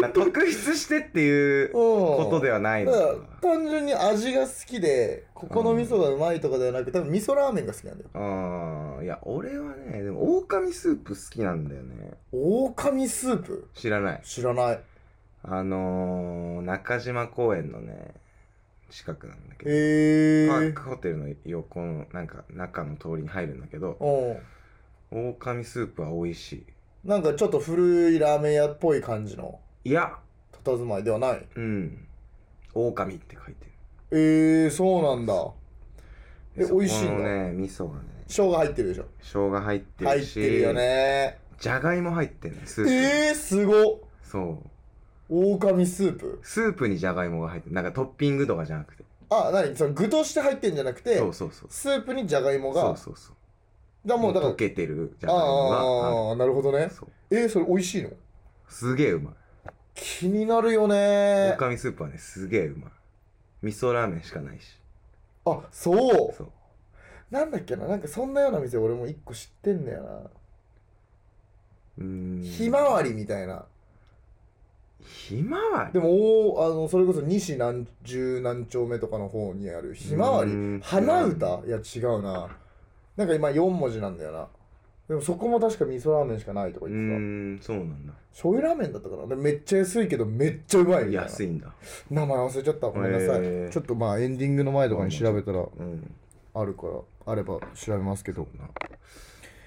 [SPEAKER 4] まあ特筆してっていうことではないの
[SPEAKER 3] だ
[SPEAKER 4] か
[SPEAKER 3] から
[SPEAKER 4] な
[SPEAKER 3] 単純に味が好きでここの味噌がうまいとかではなく多分味噌ラーメンが好きなんだよ
[SPEAKER 4] あーいや俺はねでも狼スープ好きなんだよね
[SPEAKER 3] 狼スープ
[SPEAKER 4] 知らない
[SPEAKER 3] 知らない
[SPEAKER 4] あのー、中島公園のね近くなんだけど、
[SPEAKER 3] へえ
[SPEAKER 4] パークホテルの横のなんか中の通りに入るんだけど
[SPEAKER 3] うん
[SPEAKER 4] 狼スープは美味し
[SPEAKER 3] なんかちょっと古いラーメン屋っぽい感じの
[SPEAKER 4] いいや
[SPEAKER 3] 佇まいではない。
[SPEAKER 4] うん狼って書いてる
[SPEAKER 3] えー、そうなんだ。え
[SPEAKER 4] そこの
[SPEAKER 3] 美味しいんだ
[SPEAKER 4] ね味噌がね
[SPEAKER 3] 生姜入ってるでしょ。
[SPEAKER 4] 生姜入って
[SPEAKER 3] 入
[SPEAKER 4] る
[SPEAKER 3] っ
[SPEAKER 4] して
[SPEAKER 3] るよね。
[SPEAKER 4] じゃがいも入ってるのスープに、
[SPEAKER 3] えー、すごっ。
[SPEAKER 4] そう
[SPEAKER 3] 狼スープ。
[SPEAKER 4] スープにじゃがいもが入ってるなんかトッピングとかじゃなくて
[SPEAKER 3] あ、なにその具として入ってんじゃなくて
[SPEAKER 4] そ、うそうそう
[SPEAKER 3] スープにじゃがいも
[SPEAKER 4] そ
[SPEAKER 3] が
[SPEAKER 4] う、そうそう
[SPEAKER 3] だもうだから
[SPEAKER 4] 溶、けてるじゃ
[SPEAKER 3] あ
[SPEAKER 4] がい
[SPEAKER 3] あ
[SPEAKER 4] もが
[SPEAKER 3] ああ、なるほど
[SPEAKER 4] あ
[SPEAKER 3] ね
[SPEAKER 4] る。そう
[SPEAKER 3] えー、それ美味しいの
[SPEAKER 4] すげえうまい
[SPEAKER 3] 気になるよね
[SPEAKER 4] お。かみスープはねすげえうまい味噌ラーメンしかないし
[SPEAKER 3] あ、そう。
[SPEAKER 4] そう
[SPEAKER 3] なんだっけななんかそんなような店俺も一個知ってんだよな、
[SPEAKER 4] うーん
[SPEAKER 3] ひまわりみたいな
[SPEAKER 4] ひまわ
[SPEAKER 3] で
[SPEAKER 4] り
[SPEAKER 3] もおあのそれこそ西何十何丁目とかの方にあるひまわり
[SPEAKER 4] うん
[SPEAKER 3] 花歌いや違うななんか今4文字なんだよなでもそこも確か味噌ラーメンしかないとか
[SPEAKER 4] う
[SPEAKER 3] 言ってた
[SPEAKER 4] ーんそうなんだ
[SPEAKER 3] 醤油ラーメンだったかなでめっちゃ安いけどめっちゃうまいみたいな
[SPEAKER 4] 安いんだ
[SPEAKER 3] 名前忘れちゃったごめんなさい、
[SPEAKER 4] へー
[SPEAKER 3] ちょっとまあエンディングの前とかに調べたら
[SPEAKER 4] うん
[SPEAKER 3] あるからあれば調べますけど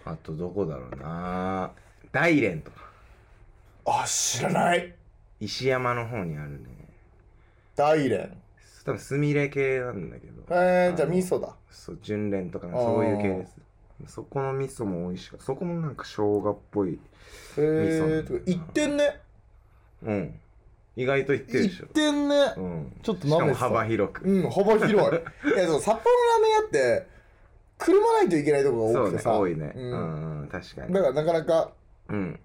[SPEAKER 4] なあとどこだろうな大連とか
[SPEAKER 3] あ知らない
[SPEAKER 4] 石山の方にあるね
[SPEAKER 3] 大連
[SPEAKER 4] 多分スミレ系なんだけど
[SPEAKER 3] えー、じゃあ
[SPEAKER 4] の
[SPEAKER 3] 味噌だ
[SPEAKER 4] そう純連とか
[SPEAKER 3] あー
[SPEAKER 4] そういう系ですそこの味噌も美味しかったそこもなんか生姜っぽい
[SPEAKER 3] え
[SPEAKER 4] 味噌
[SPEAKER 3] ー、とか言ってんね
[SPEAKER 4] うん意外といってる
[SPEAKER 3] 言
[SPEAKER 4] で
[SPEAKER 3] っ
[SPEAKER 4] しょ
[SPEAKER 3] てんね
[SPEAKER 4] うん
[SPEAKER 3] ちょっと
[SPEAKER 4] しか
[SPEAKER 3] 舐め
[SPEAKER 4] も
[SPEAKER 3] てた
[SPEAKER 4] 幅広く
[SPEAKER 3] うん、幅
[SPEAKER 4] [laughs]
[SPEAKER 3] 広い。いや、そう、札幌のラーメン屋って、車ないといけないとこが
[SPEAKER 4] そ
[SPEAKER 3] 多
[SPEAKER 4] う
[SPEAKER 3] くて
[SPEAKER 4] ね
[SPEAKER 3] さ。
[SPEAKER 4] 多いねう
[SPEAKER 3] うん。
[SPEAKER 4] んうん確かに
[SPEAKER 3] だから、なかなか
[SPEAKER 4] うん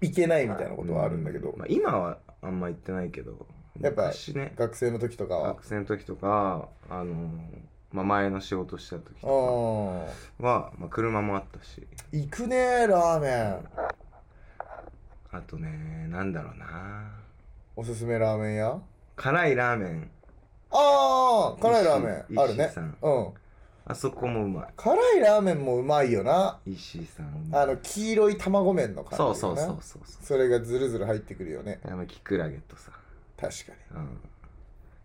[SPEAKER 3] 行けないみたいなことはあるんだけど、
[SPEAKER 4] まあ、今はあんま行ってないけど
[SPEAKER 3] やっぱ
[SPEAKER 4] 昔ね
[SPEAKER 3] 学生の時とかは。
[SPEAKER 4] 学生の時とかあのーまあ、前の仕事してた時
[SPEAKER 3] あ
[SPEAKER 4] と
[SPEAKER 3] ー
[SPEAKER 4] かは、まあ、車もあったし
[SPEAKER 3] 行くねー、ラーメン。
[SPEAKER 4] あとねなんだろうな
[SPEAKER 3] おすすめラーメン屋
[SPEAKER 4] 辛いラーメン
[SPEAKER 3] あー辛いラーメン。
[SPEAKER 4] 石
[SPEAKER 3] あるね
[SPEAKER 4] 石さん。
[SPEAKER 3] うん。
[SPEAKER 4] あそこもうま
[SPEAKER 3] 辛いラーメンもうまいよな。
[SPEAKER 4] い石井さん
[SPEAKER 3] あの、黄色い卵麺の感じ。
[SPEAKER 4] そうそうそう。そうそう
[SPEAKER 3] それがずるずる入ってくるよね。
[SPEAKER 4] あのキクラゲとさ、
[SPEAKER 3] 確かに。
[SPEAKER 4] うん、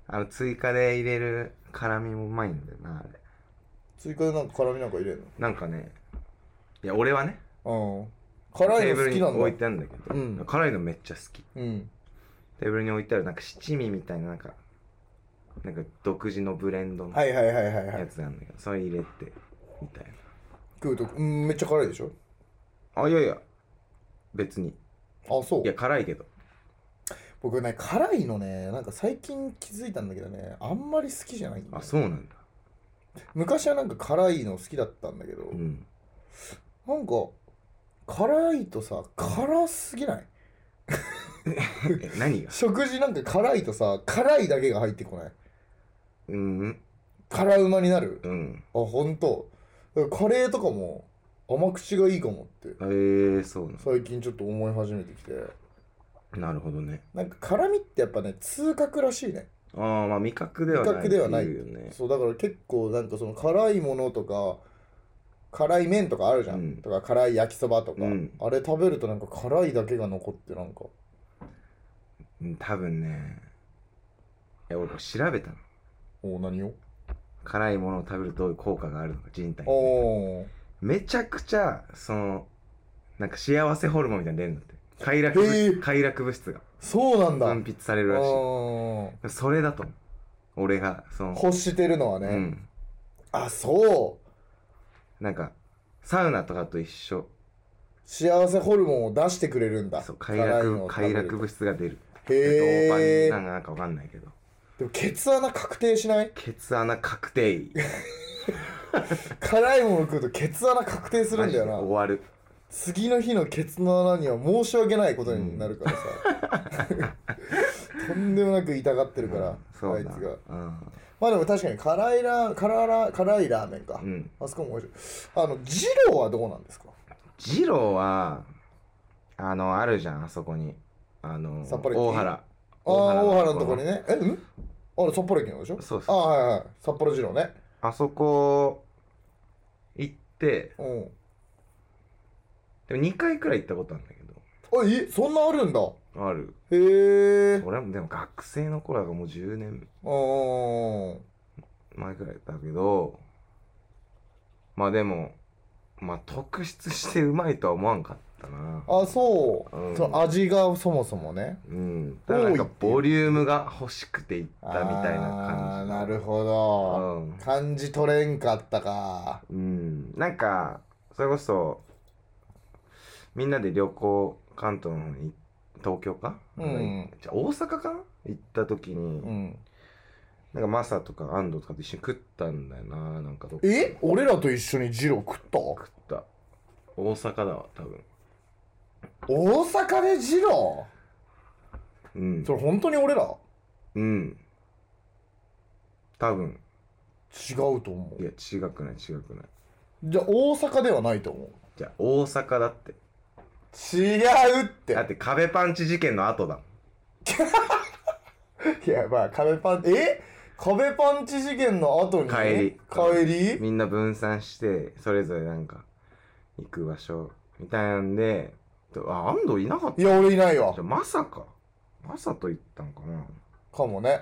[SPEAKER 4] あの追加で入れる辛みもうまいんだよなあれ
[SPEAKER 3] 追加でなんか辛みなんか入れる
[SPEAKER 4] なんかねいや俺はね
[SPEAKER 3] のうん。辛い
[SPEAKER 4] テー
[SPEAKER 3] の
[SPEAKER 4] ブ
[SPEAKER 3] 好
[SPEAKER 4] ル
[SPEAKER 3] き
[SPEAKER 4] に
[SPEAKER 3] なん
[SPEAKER 4] 置い
[SPEAKER 3] だ。
[SPEAKER 4] てあるんだけど、
[SPEAKER 3] うん
[SPEAKER 4] 辛いのめっちゃ好き
[SPEAKER 3] うん。
[SPEAKER 4] テーブルに置いてあるなんか七味みたいななんかなんか独自のブレンドの
[SPEAKER 3] は
[SPEAKER 4] や
[SPEAKER 3] いはいはいはいはい。
[SPEAKER 4] つなんだけど、それ入れてみたい
[SPEAKER 3] 食うと、うん、めっちゃ辛いでしょ
[SPEAKER 4] なあいやいや別に
[SPEAKER 3] あそう
[SPEAKER 4] いや辛いけど
[SPEAKER 3] 僕ね辛いのねなんか最近気づいたんだけどねあんまり好きじゃないんだよ
[SPEAKER 4] あそうなんだ
[SPEAKER 3] 昔はなんか辛いの好きだったんだけど、
[SPEAKER 4] うん
[SPEAKER 3] なんか辛いとさ辛すぎない
[SPEAKER 4] え何が
[SPEAKER 3] 食事なんか辛いとさ辛いだけが入ってこない
[SPEAKER 4] うん
[SPEAKER 3] 辛うまになる
[SPEAKER 4] うん
[SPEAKER 3] あ本当。だからカレーとかも甘口がいいかもって
[SPEAKER 4] えー、そうなんだ
[SPEAKER 3] 最近ちょっと思い始めてきて
[SPEAKER 4] なるほどね
[SPEAKER 3] なんか辛みってやっぱね痛覚らしいね
[SPEAKER 4] ああまあ味覚ではない
[SPEAKER 3] 味覚ではない
[SPEAKER 4] っていうよね
[SPEAKER 3] そうだから結構なんかその辛いものとか辛い麺とかあるじゃん、
[SPEAKER 4] うん
[SPEAKER 3] とか辛い焼きそばとか、
[SPEAKER 4] うん
[SPEAKER 3] あれ食べるとなんか辛いだけが残ってなんか
[SPEAKER 4] うん多分ねいや俺調べたの
[SPEAKER 3] おー何を
[SPEAKER 4] 辛いものを食べるとどういう効果があるのか人体に
[SPEAKER 3] おー
[SPEAKER 4] めちゃくちゃそのなんか幸せホルモンみたいなの出るんだって快楽
[SPEAKER 3] へ
[SPEAKER 4] 物
[SPEAKER 3] ー
[SPEAKER 4] 快楽物質が
[SPEAKER 3] そうなんだ、
[SPEAKER 4] 分泌されるらし
[SPEAKER 3] あ
[SPEAKER 4] いそれだと思う俺がその
[SPEAKER 3] ー欲してるのはね、
[SPEAKER 4] うん
[SPEAKER 3] あそう
[SPEAKER 4] なんかサウナとかと一緒
[SPEAKER 3] 幸せホルモンを出してくれるんだ
[SPEAKER 4] そう快
[SPEAKER 3] 辛いの
[SPEAKER 4] 楽
[SPEAKER 3] を食べ
[SPEAKER 4] 快
[SPEAKER 3] ると
[SPEAKER 4] 楽物質が出るでド
[SPEAKER 3] へ
[SPEAKER 4] ー
[SPEAKER 3] え
[SPEAKER 4] パミンなんかわかんないけど
[SPEAKER 3] でもケツ穴確定しない
[SPEAKER 4] ケツ穴確定位
[SPEAKER 3] 辛いもの食うとケツ穴確定するんだよ
[SPEAKER 4] マジで
[SPEAKER 3] な
[SPEAKER 4] 終わる
[SPEAKER 3] 次の日のケツの穴には申し訳ないことになるからさ、 [laughs] とんでもなく痛がってるから、
[SPEAKER 4] そう
[SPEAKER 3] あいつ
[SPEAKER 4] だ
[SPEAKER 3] が
[SPEAKER 4] うん
[SPEAKER 3] まあでも確かに辛いラー辛ラ辛いラーメンか、
[SPEAKER 4] うん
[SPEAKER 3] あそこも美味しいあの二郎はどうなんですか
[SPEAKER 4] ジローはあのあるじゃんあそこにあの
[SPEAKER 3] さっぱり系
[SPEAKER 4] 大原
[SPEAKER 3] ああー大原のとこ
[SPEAKER 4] に
[SPEAKER 3] にねえうんあれ札幌駅のでしょ
[SPEAKER 4] そうです
[SPEAKER 3] あはいはい札幌二郎ね
[SPEAKER 4] あそこ行って
[SPEAKER 3] うん
[SPEAKER 4] でも2回くらい行ったことあるんだけ
[SPEAKER 3] あえそんなあるんだ
[SPEAKER 4] どある
[SPEAKER 3] へえ
[SPEAKER 4] 俺もでも学生の頃だからもう10年
[SPEAKER 3] うん
[SPEAKER 4] 前くらいだけどまあでもまあ特筆してうまいとは思わんかったな
[SPEAKER 3] あそう、
[SPEAKER 4] うん
[SPEAKER 3] その味がそもそもね
[SPEAKER 4] うんただなんかボリュームが欲しくて行ったみたいな
[SPEAKER 3] あー
[SPEAKER 4] 感じ
[SPEAKER 3] なるほど、
[SPEAKER 4] うん
[SPEAKER 3] 漢字取れんかったか
[SPEAKER 4] うんなんかそれこそみんなで旅行関東の方に東京か、
[SPEAKER 3] うん
[SPEAKER 4] じゃあ大阪かな行った時に、
[SPEAKER 3] うん
[SPEAKER 4] なんかマサとか安藤とかと一緒に食ったんだよななんかどっか
[SPEAKER 3] え俺らと一緒にジロ食った
[SPEAKER 4] 食った大阪だわ多分
[SPEAKER 3] 大阪でジロ
[SPEAKER 4] うん
[SPEAKER 3] それ本当に俺ら
[SPEAKER 4] うん多分
[SPEAKER 3] 違うと思
[SPEAKER 4] いうや違くない違くない
[SPEAKER 3] じゃあ大阪ではないと思う
[SPEAKER 4] じゃあ大阪だって
[SPEAKER 3] 違うって
[SPEAKER 4] だって壁パンチ事件の後だもん
[SPEAKER 3] いやまあ壁パンえ壁パンチ事件の後に
[SPEAKER 4] 帰り
[SPEAKER 3] 帰り
[SPEAKER 4] みんな分散してそれぞれなんか行く場所みたいなんでとあ安藤いなかった
[SPEAKER 3] い
[SPEAKER 4] じ
[SPEAKER 3] や俺いないわ
[SPEAKER 4] ゃあまさかまさと行ったんかな
[SPEAKER 3] かもね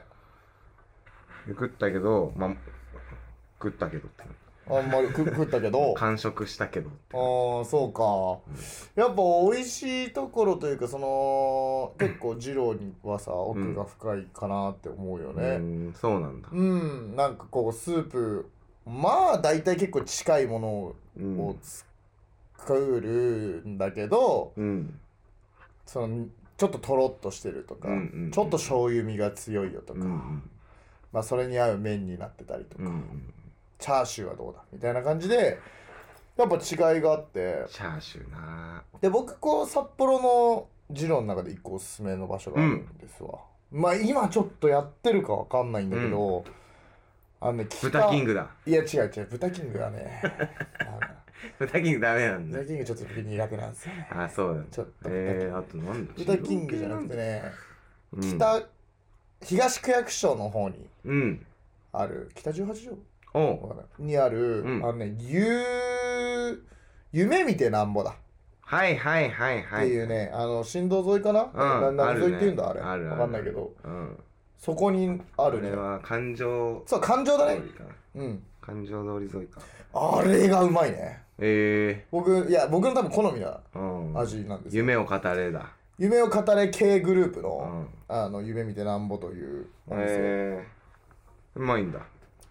[SPEAKER 4] 食ったけどまあ食ったけどって
[SPEAKER 3] あんまりく食ったけど
[SPEAKER 4] 完食したけどって
[SPEAKER 3] あーそうかやっぱ美味しいところというかその結構二郎にはさ奥が深いかなって思うよ
[SPEAKER 4] う
[SPEAKER 3] ね
[SPEAKER 4] んそうなんだ
[SPEAKER 3] うん、なんかこうスープまあ大体結構近いも
[SPEAKER 4] う
[SPEAKER 3] のを
[SPEAKER 4] ん、
[SPEAKER 3] 作るんだけど、
[SPEAKER 4] うん、
[SPEAKER 3] そのちょっととろっとしてるとか、
[SPEAKER 4] うんうんうん
[SPEAKER 3] ちょっと醤油味が強いよと
[SPEAKER 4] う
[SPEAKER 3] か、
[SPEAKER 4] んうん
[SPEAKER 3] まあそれに合う麺になってたりとか、
[SPEAKER 4] うんうん
[SPEAKER 3] チャーシューはどうだみたいな感じでやっぱ違いがあって
[SPEAKER 4] チャーシューな
[SPEAKER 3] で僕こう札幌の二郎の中で一個おすすめの場所があるんですわ、まあ今ちょっとやってるかわかんないんだけど、あのね
[SPEAKER 4] 豚キン
[SPEAKER 3] グ
[SPEAKER 4] グだ
[SPEAKER 3] いや違う違う豚キングはねあ
[SPEAKER 4] 豚キングダメなん
[SPEAKER 3] の
[SPEAKER 4] だ
[SPEAKER 3] 豚キングちょっと僕苦手なんです
[SPEAKER 4] [laughs]
[SPEAKER 3] よね
[SPEAKER 4] あそうだ
[SPEAKER 3] ちょっと豚キング
[SPEAKER 4] えー、あとなんだ
[SPEAKER 3] 豚キングじゃなくてね
[SPEAKER 4] うん
[SPEAKER 3] 北、東区役所の方に
[SPEAKER 4] うん
[SPEAKER 3] ある北18条
[SPEAKER 4] お
[SPEAKER 3] わ
[SPEAKER 4] う
[SPEAKER 3] かんないにある、
[SPEAKER 4] うん
[SPEAKER 3] あのねゆ夢見てなんぼだ
[SPEAKER 4] はいはいはい
[SPEAKER 3] っ
[SPEAKER 4] は
[SPEAKER 3] て
[SPEAKER 4] い
[SPEAKER 3] いうね、あの振動沿いかな、
[SPEAKER 4] うん
[SPEAKER 3] な
[SPEAKER 4] あ
[SPEAKER 3] ん
[SPEAKER 4] る
[SPEAKER 3] 沿
[SPEAKER 4] ね
[SPEAKER 3] いっていうんだあれ
[SPEAKER 4] あるある
[SPEAKER 3] わかんないけど
[SPEAKER 4] うん
[SPEAKER 3] そこにあ
[SPEAKER 4] あ
[SPEAKER 3] るね
[SPEAKER 4] れは感情
[SPEAKER 3] そう感情だ
[SPEAKER 4] 通
[SPEAKER 3] ね
[SPEAKER 4] りかな
[SPEAKER 3] うん
[SPEAKER 4] 感情通り沿いか
[SPEAKER 3] あれがうまいね
[SPEAKER 4] え
[SPEAKER 3] 僕いや僕の多分好みな
[SPEAKER 4] えうん
[SPEAKER 3] 味なんですよ
[SPEAKER 4] 夢を語れだ
[SPEAKER 3] 夢を語れ系グループ
[SPEAKER 4] う
[SPEAKER 3] の,、
[SPEAKER 4] ん
[SPEAKER 3] あの夢見てなんぼというお店
[SPEAKER 4] ええうまいんだ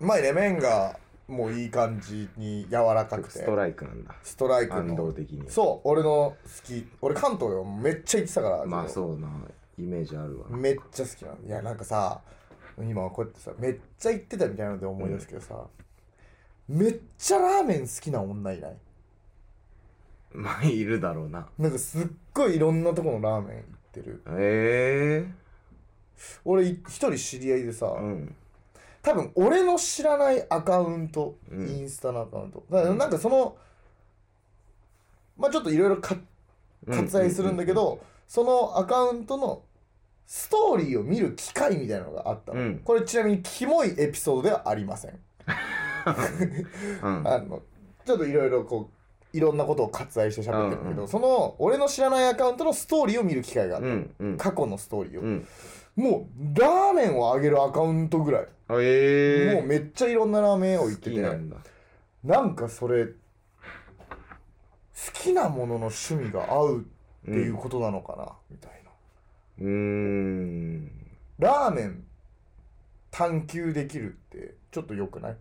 [SPEAKER 3] うまいね麺がもういい感じに柔らかくて
[SPEAKER 4] ストライクなんだ
[SPEAKER 3] ストライク
[SPEAKER 4] 感動
[SPEAKER 3] の
[SPEAKER 4] 的に
[SPEAKER 3] そう俺の好き俺関東よめっちゃ行ってたから
[SPEAKER 4] まあ
[SPEAKER 3] う
[SPEAKER 4] そうなイメージあるわ
[SPEAKER 3] めっちゃ好きなのいやなんかさ今こうやってさめっちゃ行ってたみたいなので思い出すけどさ、めっちゃラーメン好きな女いない
[SPEAKER 4] まあいるだろうな
[SPEAKER 3] なんかすっごいいろんなとこのラーメン行ってる
[SPEAKER 4] え
[SPEAKER 3] 俺い一人知り合いでさ、
[SPEAKER 4] えうん
[SPEAKER 3] 多分俺の知らないアカウント、
[SPEAKER 4] うん
[SPEAKER 3] インスタのアカウントだから
[SPEAKER 4] うん
[SPEAKER 3] なんかそのまあちょっといろいろ割愛するんだけど、そのアカウントのストーリーを見る機会みたいなのがあったの、
[SPEAKER 4] うん
[SPEAKER 3] これちなみにキモいエピソードではありません
[SPEAKER 4] うんうん
[SPEAKER 3] あのちょっといろいろこういろんなことを割愛して喋ってるんだけど、
[SPEAKER 4] うんうん
[SPEAKER 3] その俺の知らないアカウントのストーリーを見る機会があった、
[SPEAKER 4] うんうん
[SPEAKER 3] 過去のストーリーを、
[SPEAKER 4] うん
[SPEAKER 3] もうラーメンをあげるアカウントぐらい、
[SPEAKER 4] ええ
[SPEAKER 3] もうめっちゃいろんなラーメン屋を行ってて
[SPEAKER 4] 好きなんだ
[SPEAKER 3] なんかそれ好きなものの趣味が合うっていうことなのかな、みたいな
[SPEAKER 4] うーん
[SPEAKER 3] ラーメン探求できるってちょっと良くない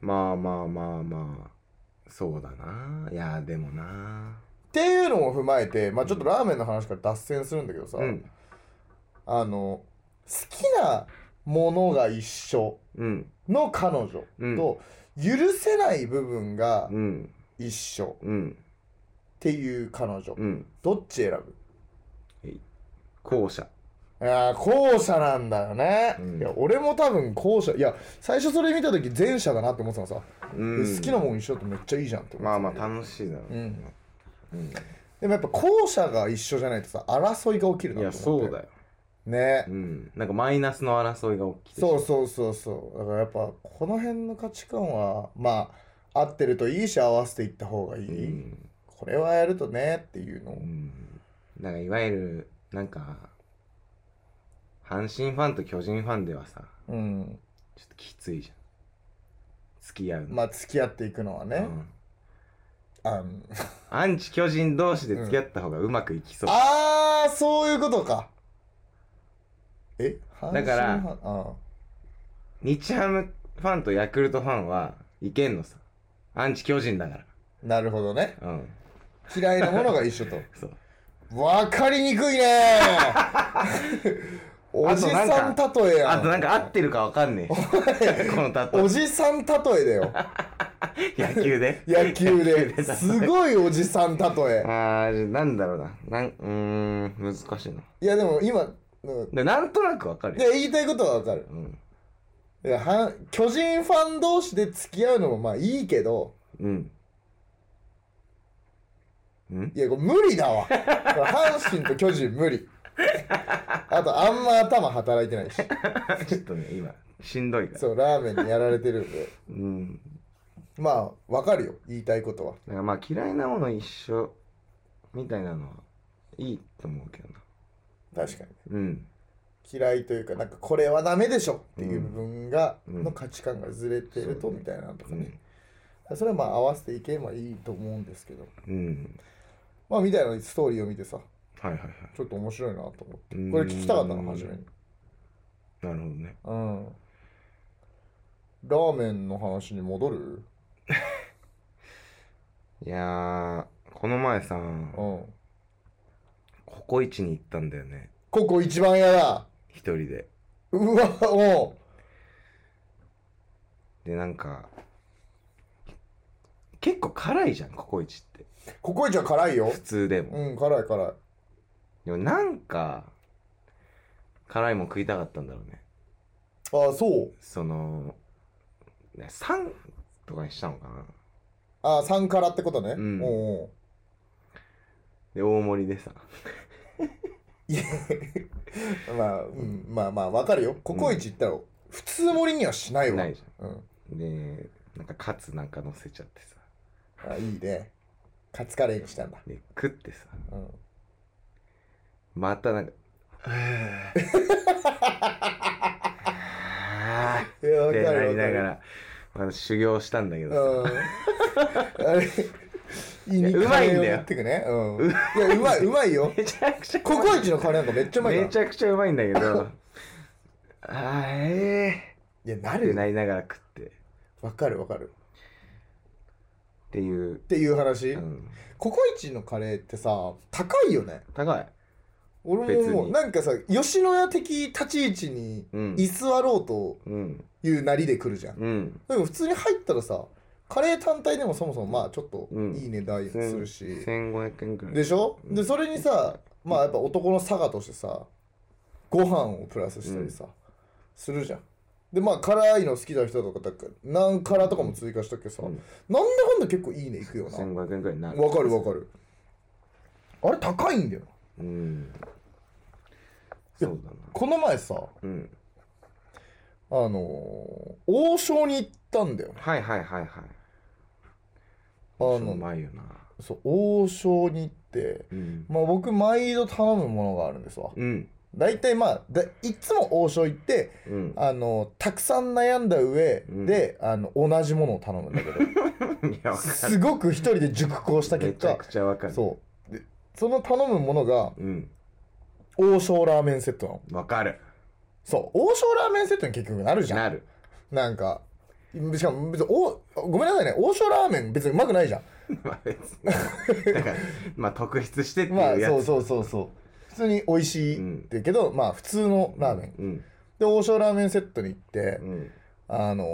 [SPEAKER 4] まあまあまあまあそうだないやでもな
[SPEAKER 3] っていうのを踏まえて、まあ、ちょっとラーメンの話から脱線するんだけどさ、
[SPEAKER 4] うん
[SPEAKER 3] あの好きなものが一緒
[SPEAKER 4] うん
[SPEAKER 3] の彼女
[SPEAKER 4] うん
[SPEAKER 3] と許せない部分が
[SPEAKER 4] うん
[SPEAKER 3] 一緒
[SPEAKER 4] うん
[SPEAKER 3] っていう彼女、
[SPEAKER 4] うん
[SPEAKER 3] どっち選ぶ
[SPEAKER 4] 後者
[SPEAKER 3] いやー後者なんだよね、
[SPEAKER 4] うん
[SPEAKER 3] いや俺も多分後者いや最初それ見た時前者だなって思ってたのさ、
[SPEAKER 4] うん
[SPEAKER 3] で好きなもん一緒だとめっちゃいいじゃんって思
[SPEAKER 4] まあまあ
[SPEAKER 3] ってたんだ
[SPEAKER 4] 楽しいだろう
[SPEAKER 3] けどうん
[SPEAKER 4] うん
[SPEAKER 3] でもやっぱ後者が一緒じゃないとさ争いが起きる
[SPEAKER 4] い
[SPEAKER 3] な
[SPEAKER 4] や
[SPEAKER 3] と思っ
[SPEAKER 4] そ
[SPEAKER 3] て
[SPEAKER 4] うだよ
[SPEAKER 3] ね、
[SPEAKER 4] うんなんかマイナスの争いが起きて
[SPEAKER 3] そうそうそうそうだからやっぱこの辺の価値観はまあ合ってるといいし合わせていった方がいい、
[SPEAKER 4] うん
[SPEAKER 3] これはやるとねっていうの
[SPEAKER 4] う
[SPEAKER 3] を
[SPEAKER 4] んなんかいわゆるなんか阪神ファンと巨人ファンではさ
[SPEAKER 3] うん
[SPEAKER 4] ちょっときついじゃん付き合うの
[SPEAKER 3] まあ付き合っていくのはね、
[SPEAKER 4] う
[SPEAKER 3] あ
[SPEAKER 4] ん
[SPEAKER 3] の
[SPEAKER 4] アンチ巨人同士で付き合った方がうまくいきそう、
[SPEAKER 3] あーそういうことかえ
[SPEAKER 4] だから
[SPEAKER 3] 阪神ファンあ
[SPEAKER 4] 日ハムファンとヤクルトファンはいけんのさアンチ巨人だか
[SPEAKER 3] あなるほどね
[SPEAKER 4] らうん
[SPEAKER 3] 嫌いなものが一緒と [laughs]
[SPEAKER 4] そう
[SPEAKER 3] わかりにくい
[SPEAKER 4] [laughs]
[SPEAKER 3] ねおじさん例えやん
[SPEAKER 4] あとなんか合ってるかわかんねえ [laughs] この例
[SPEAKER 3] おじさん例えだよ
[SPEAKER 4] え野球で
[SPEAKER 3] 野球
[SPEAKER 4] [laughs] 野球で
[SPEAKER 3] ですごいおじさん例え
[SPEAKER 4] あーじゃあなんだろうななんうーん難しいない
[SPEAKER 3] やでも今うん
[SPEAKER 4] でなんとなくわかる
[SPEAKER 3] で
[SPEAKER 4] よ、
[SPEAKER 3] 言いたいことはわかる
[SPEAKER 4] うん
[SPEAKER 3] いやは巨人ファン同士で付き合うのもまあいいけど
[SPEAKER 4] うんん
[SPEAKER 3] いや、これ無理だわ。これ阪神と巨人無理。あと、あんま頭働いてないし。
[SPEAKER 4] [laughs] ちょっとね、今、しんどいから。
[SPEAKER 3] そう、ラーメンにやられてるんで。
[SPEAKER 4] うん。
[SPEAKER 3] まあ、わかるよ。言いたいことは。
[SPEAKER 4] だからまあ、嫌いなもの一緒みたいなのは、いいと思うけどな。
[SPEAKER 3] 確かに。
[SPEAKER 4] うん。
[SPEAKER 3] 嫌いというか、なんか、これはダメでしょっていう部分が、
[SPEAKER 4] うん
[SPEAKER 3] の価値観がずれてると、みたいなのとか
[SPEAKER 4] う
[SPEAKER 3] ね。
[SPEAKER 4] ん。
[SPEAKER 3] それはまあ、合わせていけばいいと思うんですけど。
[SPEAKER 4] うん。
[SPEAKER 3] まあ、みたいなストーリーを見てさ、
[SPEAKER 4] はいはいはい。
[SPEAKER 3] ちょっと面白いなと思って。
[SPEAKER 4] うん
[SPEAKER 3] これ聞きたかったの、初めに。
[SPEAKER 4] なるほどね。
[SPEAKER 3] うん。ラーメンの話に戻る
[SPEAKER 4] いやー、この前さ、
[SPEAKER 3] うん。
[SPEAKER 4] ココイチに行ったんだよね。
[SPEAKER 3] ここ一番やだ。
[SPEAKER 4] 一人で。
[SPEAKER 3] うわ、お
[SPEAKER 4] で、なんか、結構辛いじゃん、ココイチって。
[SPEAKER 3] うココイチは辛いよ
[SPEAKER 4] 普。通でも。
[SPEAKER 3] うん、辛い辛い。
[SPEAKER 4] でもなんか、辛いもん食いたかったんだろうね。
[SPEAKER 3] ああ、そう。
[SPEAKER 4] その、ね3とかにしたのかな。
[SPEAKER 3] ああ、3辛ってことね。
[SPEAKER 4] うん
[SPEAKER 3] おう
[SPEAKER 4] で、大盛りでさ。
[SPEAKER 3] おうまあ、うん、まあまあ、わかるよ。ココイチ行ったら、普通盛りにはしないわ。
[SPEAKER 4] ないじ
[SPEAKER 3] うん。
[SPEAKER 4] ゃん。で、なんかカツなんか乗せちゃってさ。
[SPEAKER 3] あいいね。カツカレーにしたんだ。
[SPEAKER 4] で、食ってさ。
[SPEAKER 3] うん。
[SPEAKER 4] ま
[SPEAKER 3] [laughs]
[SPEAKER 4] たなんか、はぁ。
[SPEAKER 3] いや、わ
[SPEAKER 4] ってなりなが
[SPEAKER 3] わ
[SPEAKER 4] ら、まあ、修行したんだけどさ。 [laughs]
[SPEAKER 3] うん。あれ、胃に
[SPEAKER 4] うまいんだ
[SPEAKER 3] カレーを
[SPEAKER 4] よ
[SPEAKER 3] 持ってくね。うん。いや、うまい、うまいよ。
[SPEAKER 4] めちゃくちゃ
[SPEAKER 3] ココイチのカレーなんかめっちゃうまいから。
[SPEAKER 4] めちゃくちゃうまいんだけどあーえ
[SPEAKER 3] いや、な
[SPEAKER 4] ー、って
[SPEAKER 3] るよ
[SPEAKER 4] な。りながら食ってっ
[SPEAKER 3] わかるわかる。
[SPEAKER 4] ていう、
[SPEAKER 3] っていう話、
[SPEAKER 4] うん、
[SPEAKER 3] ココイチのカレーってさ高いよね
[SPEAKER 4] 高い
[SPEAKER 3] 俺も
[SPEAKER 4] 別
[SPEAKER 3] もう
[SPEAKER 4] に
[SPEAKER 3] なんかさ吉野家的立ち位置に
[SPEAKER 4] うん
[SPEAKER 3] 居座ろうと
[SPEAKER 4] うん
[SPEAKER 3] いうなりで来るじゃん、
[SPEAKER 4] うん
[SPEAKER 3] でも普通に入ったらさカレー単体でもそもそもまあちょっと
[SPEAKER 4] うん
[SPEAKER 3] いい値段するし、
[SPEAKER 4] 1500円くらい
[SPEAKER 3] でしょ
[SPEAKER 4] うん
[SPEAKER 3] でそれにさまあやっぱ男の差がとしてさご飯をプラスしたりさ、するじゃんでまあ辛いの好きな人とかだから何辛とかも追加したけどさ、
[SPEAKER 4] うん
[SPEAKER 3] なんだかんだ結構いいねいくよな
[SPEAKER 4] 1500円くらいにな
[SPEAKER 3] わかるわかるあれ高いんだよな
[SPEAKER 4] うんそうだな
[SPEAKER 3] この前さ
[SPEAKER 4] うん
[SPEAKER 3] あのー王将に行ったんだよ
[SPEAKER 4] はいはいはいはい
[SPEAKER 3] あの
[SPEAKER 4] そううまいよな
[SPEAKER 3] そう王将に行って
[SPEAKER 4] うん
[SPEAKER 3] まあ僕毎度頼むものがあるんですわ
[SPEAKER 4] うん
[SPEAKER 3] 大体まあだいつも王将行って
[SPEAKER 4] うん
[SPEAKER 3] あのーたくさん悩んだ上
[SPEAKER 4] うん
[SPEAKER 3] で、あの同じものを頼むんだけど
[SPEAKER 4] い [laughs] やわかる
[SPEAKER 3] すごく一人で熟考した
[SPEAKER 4] め
[SPEAKER 3] 結
[SPEAKER 4] ち
[SPEAKER 3] 果
[SPEAKER 4] ゃくちゃわかる
[SPEAKER 3] そうでその頼むものが
[SPEAKER 4] うん
[SPEAKER 3] 王将ラーメンセットなの
[SPEAKER 4] わかる
[SPEAKER 3] そう王将ラーメンセットに結局なるじゃん
[SPEAKER 4] なる [laughs]
[SPEAKER 3] なんか、しかも別にお、ごめんなさいね、王将ラーメン別にうまくないじゃん。
[SPEAKER 4] まあ別に [laughs] だからまあ特筆してって
[SPEAKER 3] まあ
[SPEAKER 4] いう、や
[SPEAKER 3] そう
[SPEAKER 4] つ
[SPEAKER 3] そうそうそう。普通に美味しいって言うけど、まあ普通のラーメン。
[SPEAKER 4] うん
[SPEAKER 3] で、王将ラーメンセットに行って、
[SPEAKER 4] うん
[SPEAKER 3] あのー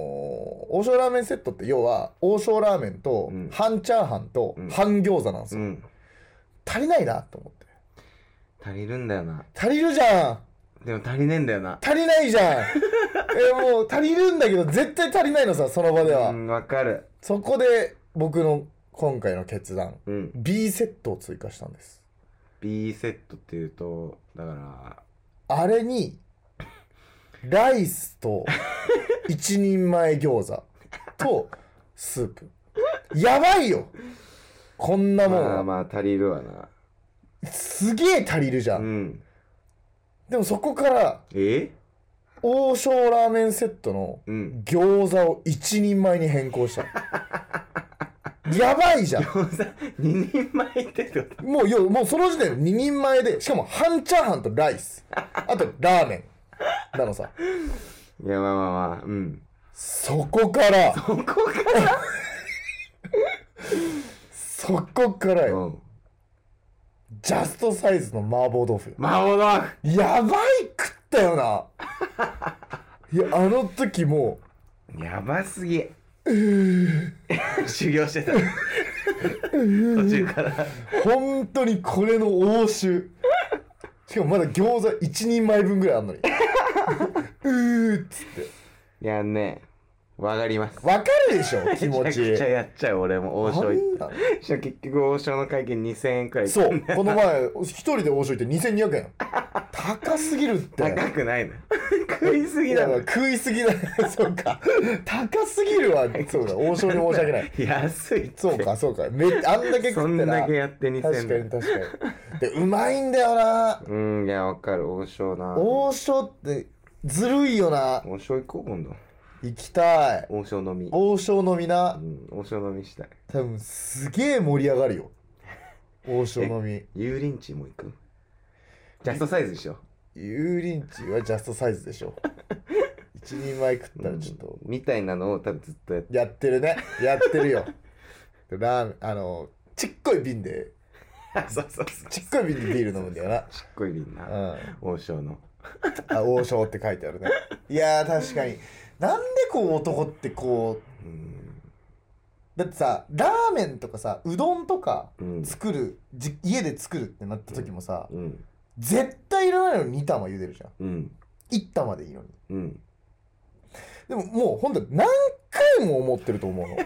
[SPEAKER 3] 王将ラーメンセットって要は、王将ラーメンと
[SPEAKER 4] うん、
[SPEAKER 3] 半チャーハンと
[SPEAKER 4] うん、
[SPEAKER 3] 半餃子なんです
[SPEAKER 4] う
[SPEAKER 3] よ。
[SPEAKER 4] ん
[SPEAKER 3] 足りないなと思って。
[SPEAKER 4] 足りるんだよな
[SPEAKER 3] 足りるじゃん
[SPEAKER 4] でも足りねえんだよな
[SPEAKER 3] 足りないじゃん
[SPEAKER 4] [laughs]
[SPEAKER 3] え、もう足りるんだけど、絶対足りないのさ、その場では。
[SPEAKER 4] うんわかる
[SPEAKER 3] そこで、僕の今回の決断、
[SPEAKER 4] うん
[SPEAKER 3] B セットを追加したんです。
[SPEAKER 4] B セットっていうとだから
[SPEAKER 3] あれに、ライスと、一人前餃子と、スープ。やばいよこんなもん
[SPEAKER 4] まあ
[SPEAKER 3] は。
[SPEAKER 4] まあ足りるわな
[SPEAKER 3] すげえ足りるじゃ。
[SPEAKER 4] うんん
[SPEAKER 3] でもそこから、
[SPEAKER 4] え
[SPEAKER 3] 王将ラーメンセットの
[SPEAKER 4] うん
[SPEAKER 3] 餃子を一人前に変更した。やばいじゃん。
[SPEAKER 4] 餃子2人前ってこと
[SPEAKER 3] もう、よ、もうその時点で二人前で、しかも半チャーハンとライス。あと、ラーメン。なのさ。
[SPEAKER 4] いやまあまあまあうん
[SPEAKER 3] そこから、
[SPEAKER 4] ここから
[SPEAKER 3] そこからよ。
[SPEAKER 4] うん
[SPEAKER 3] ジャストサイズの麻婆豆腐。
[SPEAKER 4] 麻婆豆腐
[SPEAKER 3] やばい食ったよな。いや、あの時も
[SPEAKER 4] やば
[SPEAKER 3] [laughs]
[SPEAKER 4] すぎ修行してた途中から
[SPEAKER 3] う、本当にこれの応酬。しかもまだ餃子1人前分ぐらいあんのに。うーっつって。
[SPEAKER 4] いやねわかります。
[SPEAKER 3] わかるでしょ気持
[SPEAKER 4] めち
[SPEAKER 3] ち
[SPEAKER 4] ゃくちゃやっちゃう俺も王将行っ
[SPEAKER 3] なんだ
[SPEAKER 4] て。結局王将の会計2000円くらい。
[SPEAKER 3] そうこの前一人で王将行って2200円高すぎるって
[SPEAKER 4] 高
[SPEAKER 3] [laughs]
[SPEAKER 4] くないの。食いすぎ
[SPEAKER 3] い
[SPEAKER 4] だ
[SPEAKER 3] や
[SPEAKER 4] ろ。
[SPEAKER 3] 食いすぎだ [laughs] そうか高すぎるわそうだ王将に申し訳ない
[SPEAKER 4] 安いって。
[SPEAKER 3] そうかそうかめあんだけ
[SPEAKER 4] そ
[SPEAKER 3] 食
[SPEAKER 4] ん
[SPEAKER 3] って
[SPEAKER 4] だ
[SPEAKER 3] な
[SPEAKER 4] けやって2000
[SPEAKER 3] 確か
[SPEAKER 4] 円
[SPEAKER 3] に。確かに [laughs] でうまいんだよな
[SPEAKER 4] うん、いや、わかる。王将な。
[SPEAKER 3] 王将ってずるいよな
[SPEAKER 4] 王将行こう、今度。
[SPEAKER 3] 行きたい
[SPEAKER 4] 王将飲み。
[SPEAKER 3] 王将のみ
[SPEAKER 4] う、
[SPEAKER 3] なん
[SPEAKER 4] 王将飲みしたい。
[SPEAKER 3] 多分すげえ盛り上がるよ王将のみ
[SPEAKER 4] 油淋鶏も行くジャストサイズでしょ。
[SPEAKER 3] 油淋鶏はジャストサイズでしょ一人前食ったらちょっと、
[SPEAKER 4] うんみたいなのを多分ずっ
[SPEAKER 3] [laughs]
[SPEAKER 4] とやって。
[SPEAKER 3] やってるねやってるよラーメンあのちっこい瓶で
[SPEAKER 4] そうそうそう。
[SPEAKER 3] ちっこい瓶でビール飲むんだよな
[SPEAKER 4] ちっこいりん
[SPEAKER 3] う
[SPEAKER 4] な。
[SPEAKER 3] ん
[SPEAKER 4] 王将の。
[SPEAKER 3] あ王将って書いてあるねいやー確かになんでこう男ってこう
[SPEAKER 4] うん。
[SPEAKER 3] だってさラーメンとかさうどんとか
[SPEAKER 4] うん。
[SPEAKER 3] 作るじ家で作るってなった時もさ
[SPEAKER 4] うん。
[SPEAKER 3] 絶対いらないのに2玉茹でるじゃん
[SPEAKER 4] うん。
[SPEAKER 3] 1玉でいいのに
[SPEAKER 4] うん。
[SPEAKER 3] でももうほんと何回も思ってると思
[SPEAKER 4] [laughs]
[SPEAKER 3] うの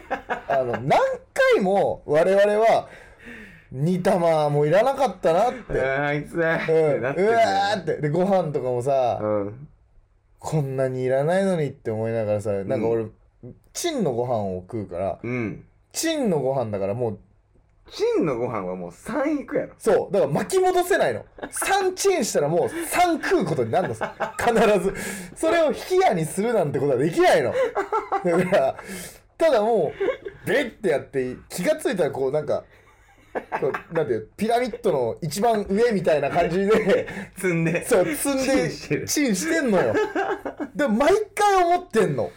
[SPEAKER 3] あの何回も我々は2玉もいらなかったなって
[SPEAKER 4] うわあいつだ。っ
[SPEAKER 3] うん、
[SPEAKER 4] て
[SPEAKER 3] う
[SPEAKER 4] な
[SPEAKER 3] わ
[SPEAKER 4] ってるよ
[SPEAKER 3] ーってでご飯とかもさ、
[SPEAKER 4] うん。
[SPEAKER 3] こんなにいらないのにって思いながらさなんか俺、チンのご飯を食うから
[SPEAKER 4] うん。
[SPEAKER 3] チンのご飯だからもう
[SPEAKER 4] チンのご飯はもう3いくやろ。
[SPEAKER 3] そうだから巻き戻せないの3チンしたらもう3食うことになるのさ必ずそれを冷やにするなんてことはできないのだからただもうベッてやって気がついたらこうなんかこうなんていうピラミッドの一番上みたいな感じで
[SPEAKER 4] 積んで。
[SPEAKER 3] そう、積ん
[SPEAKER 4] チンして
[SPEAKER 3] で、
[SPEAKER 4] る
[SPEAKER 3] チンしてんのよ。で、毎回思ってんの。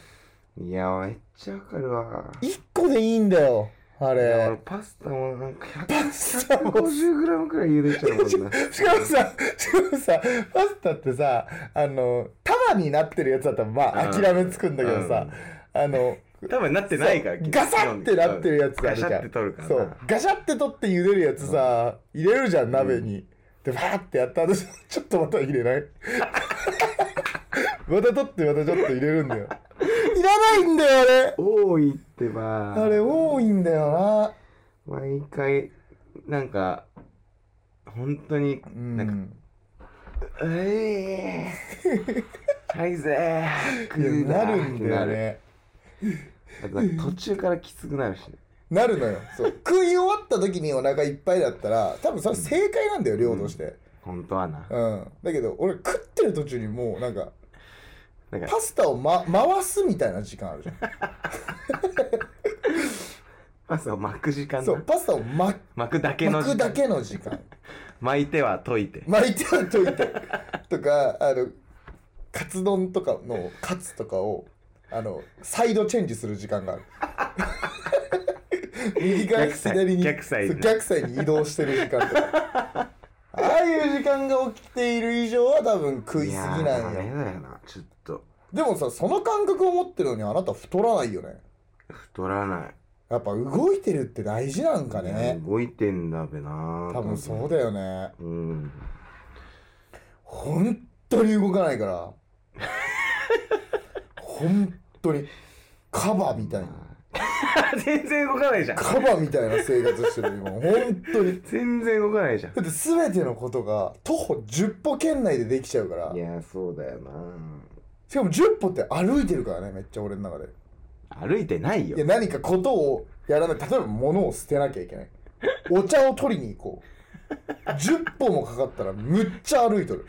[SPEAKER 4] いや、めっちゃわかるわ。
[SPEAKER 3] 1個でいいんだよ、あ
[SPEAKER 4] いや俺
[SPEAKER 3] れ。
[SPEAKER 4] パスタもなんか
[SPEAKER 3] パスタも
[SPEAKER 4] 150g くらい茹でちゃうもんな。
[SPEAKER 3] しかもさ、しかもさ、パスタってさ、あの、束になってるやつだったら、まあ、
[SPEAKER 4] うん
[SPEAKER 3] 諦めつくんだけどさ、あの、
[SPEAKER 4] 多分なって [laughs] ないから
[SPEAKER 3] そうガサってなってるやつあ
[SPEAKER 4] ガ
[SPEAKER 3] るじ
[SPEAKER 4] シ
[SPEAKER 3] ゃん
[SPEAKER 4] ャって取るから
[SPEAKER 3] そ
[SPEAKER 4] な
[SPEAKER 3] うガシャって取って茹でるやつさ、入れるじゃん鍋に、でバーってやった後 [laughs] ちょっとまた入れない [laughs] また取ってまたちょっと入れるんだよいらないんだよあれ
[SPEAKER 4] 多いってば
[SPEAKER 3] あれ多いんだよな
[SPEAKER 4] 毎回なんか本当に
[SPEAKER 3] うん
[SPEAKER 4] なんか「うえーはいぜー
[SPEAKER 3] いや
[SPEAKER 4] 食う
[SPEAKER 3] なるんだよね
[SPEAKER 4] なるあとなんか途中からきつくなるしね
[SPEAKER 3] なるのよ [laughs] そう食い終わった時にお腹いっぱいだったら多分それ正解なんだよ量として
[SPEAKER 4] 本当はな
[SPEAKER 3] うん、だけど俺食ってる途中にもうなんか
[SPEAKER 4] なんか
[SPEAKER 3] パスタを、ま、回すみたいな時間あるじゃん
[SPEAKER 4] パスを巻く時間
[SPEAKER 3] そう、
[SPEAKER 4] な
[SPEAKER 3] パスタを巻
[SPEAKER 4] 巻くだけの
[SPEAKER 3] 巻く
[SPEAKER 4] 時
[SPEAKER 3] だ
[SPEAKER 4] 間
[SPEAKER 3] けの時間。
[SPEAKER 4] 巻いては溶いて
[SPEAKER 3] 巻いてはといて。とか、あの、カツ丼とかのカツとかを、あの、サイドチェンジする時間
[SPEAKER 4] [laughs]
[SPEAKER 3] がある。右から
[SPEAKER 4] 逆サイ
[SPEAKER 3] 左に
[SPEAKER 4] 逆サイ
[SPEAKER 3] そ
[SPEAKER 4] ね
[SPEAKER 3] う逆サイに移動してる時間とか。ああいう時間が起きている以上は多分食いすぎ
[SPEAKER 4] や
[SPEAKER 3] な
[SPEAKER 4] ーダ
[SPEAKER 3] い
[SPEAKER 4] メ
[SPEAKER 3] よ。
[SPEAKER 4] だよなちょっと
[SPEAKER 3] でもさ、その感覚を持ってるのにあなた太らないよね。
[SPEAKER 4] 太らない
[SPEAKER 3] やっぱ動いてるって大事なんかね。
[SPEAKER 4] 動いてんだべな
[SPEAKER 3] 多分そうだよね。
[SPEAKER 4] うん
[SPEAKER 3] 本当に動かないから本当にカバみたいな
[SPEAKER 4] [laughs] 全然動かないじゃん
[SPEAKER 3] カバみたいな生活してる今本当に
[SPEAKER 4] 全然動かないじゃん
[SPEAKER 3] だって全てのことが徒歩10歩圏内でできちゃうから
[SPEAKER 4] いやそうだよな
[SPEAKER 3] しかも10歩って歩いてるからねめっちゃ俺の中で
[SPEAKER 4] 歩いてないよ
[SPEAKER 3] いや何かことをやらない例えば物を捨てなきゃいけないお茶を取りに行こう10歩もかかったらむっちゃ歩いと
[SPEAKER 4] [laughs]
[SPEAKER 3] る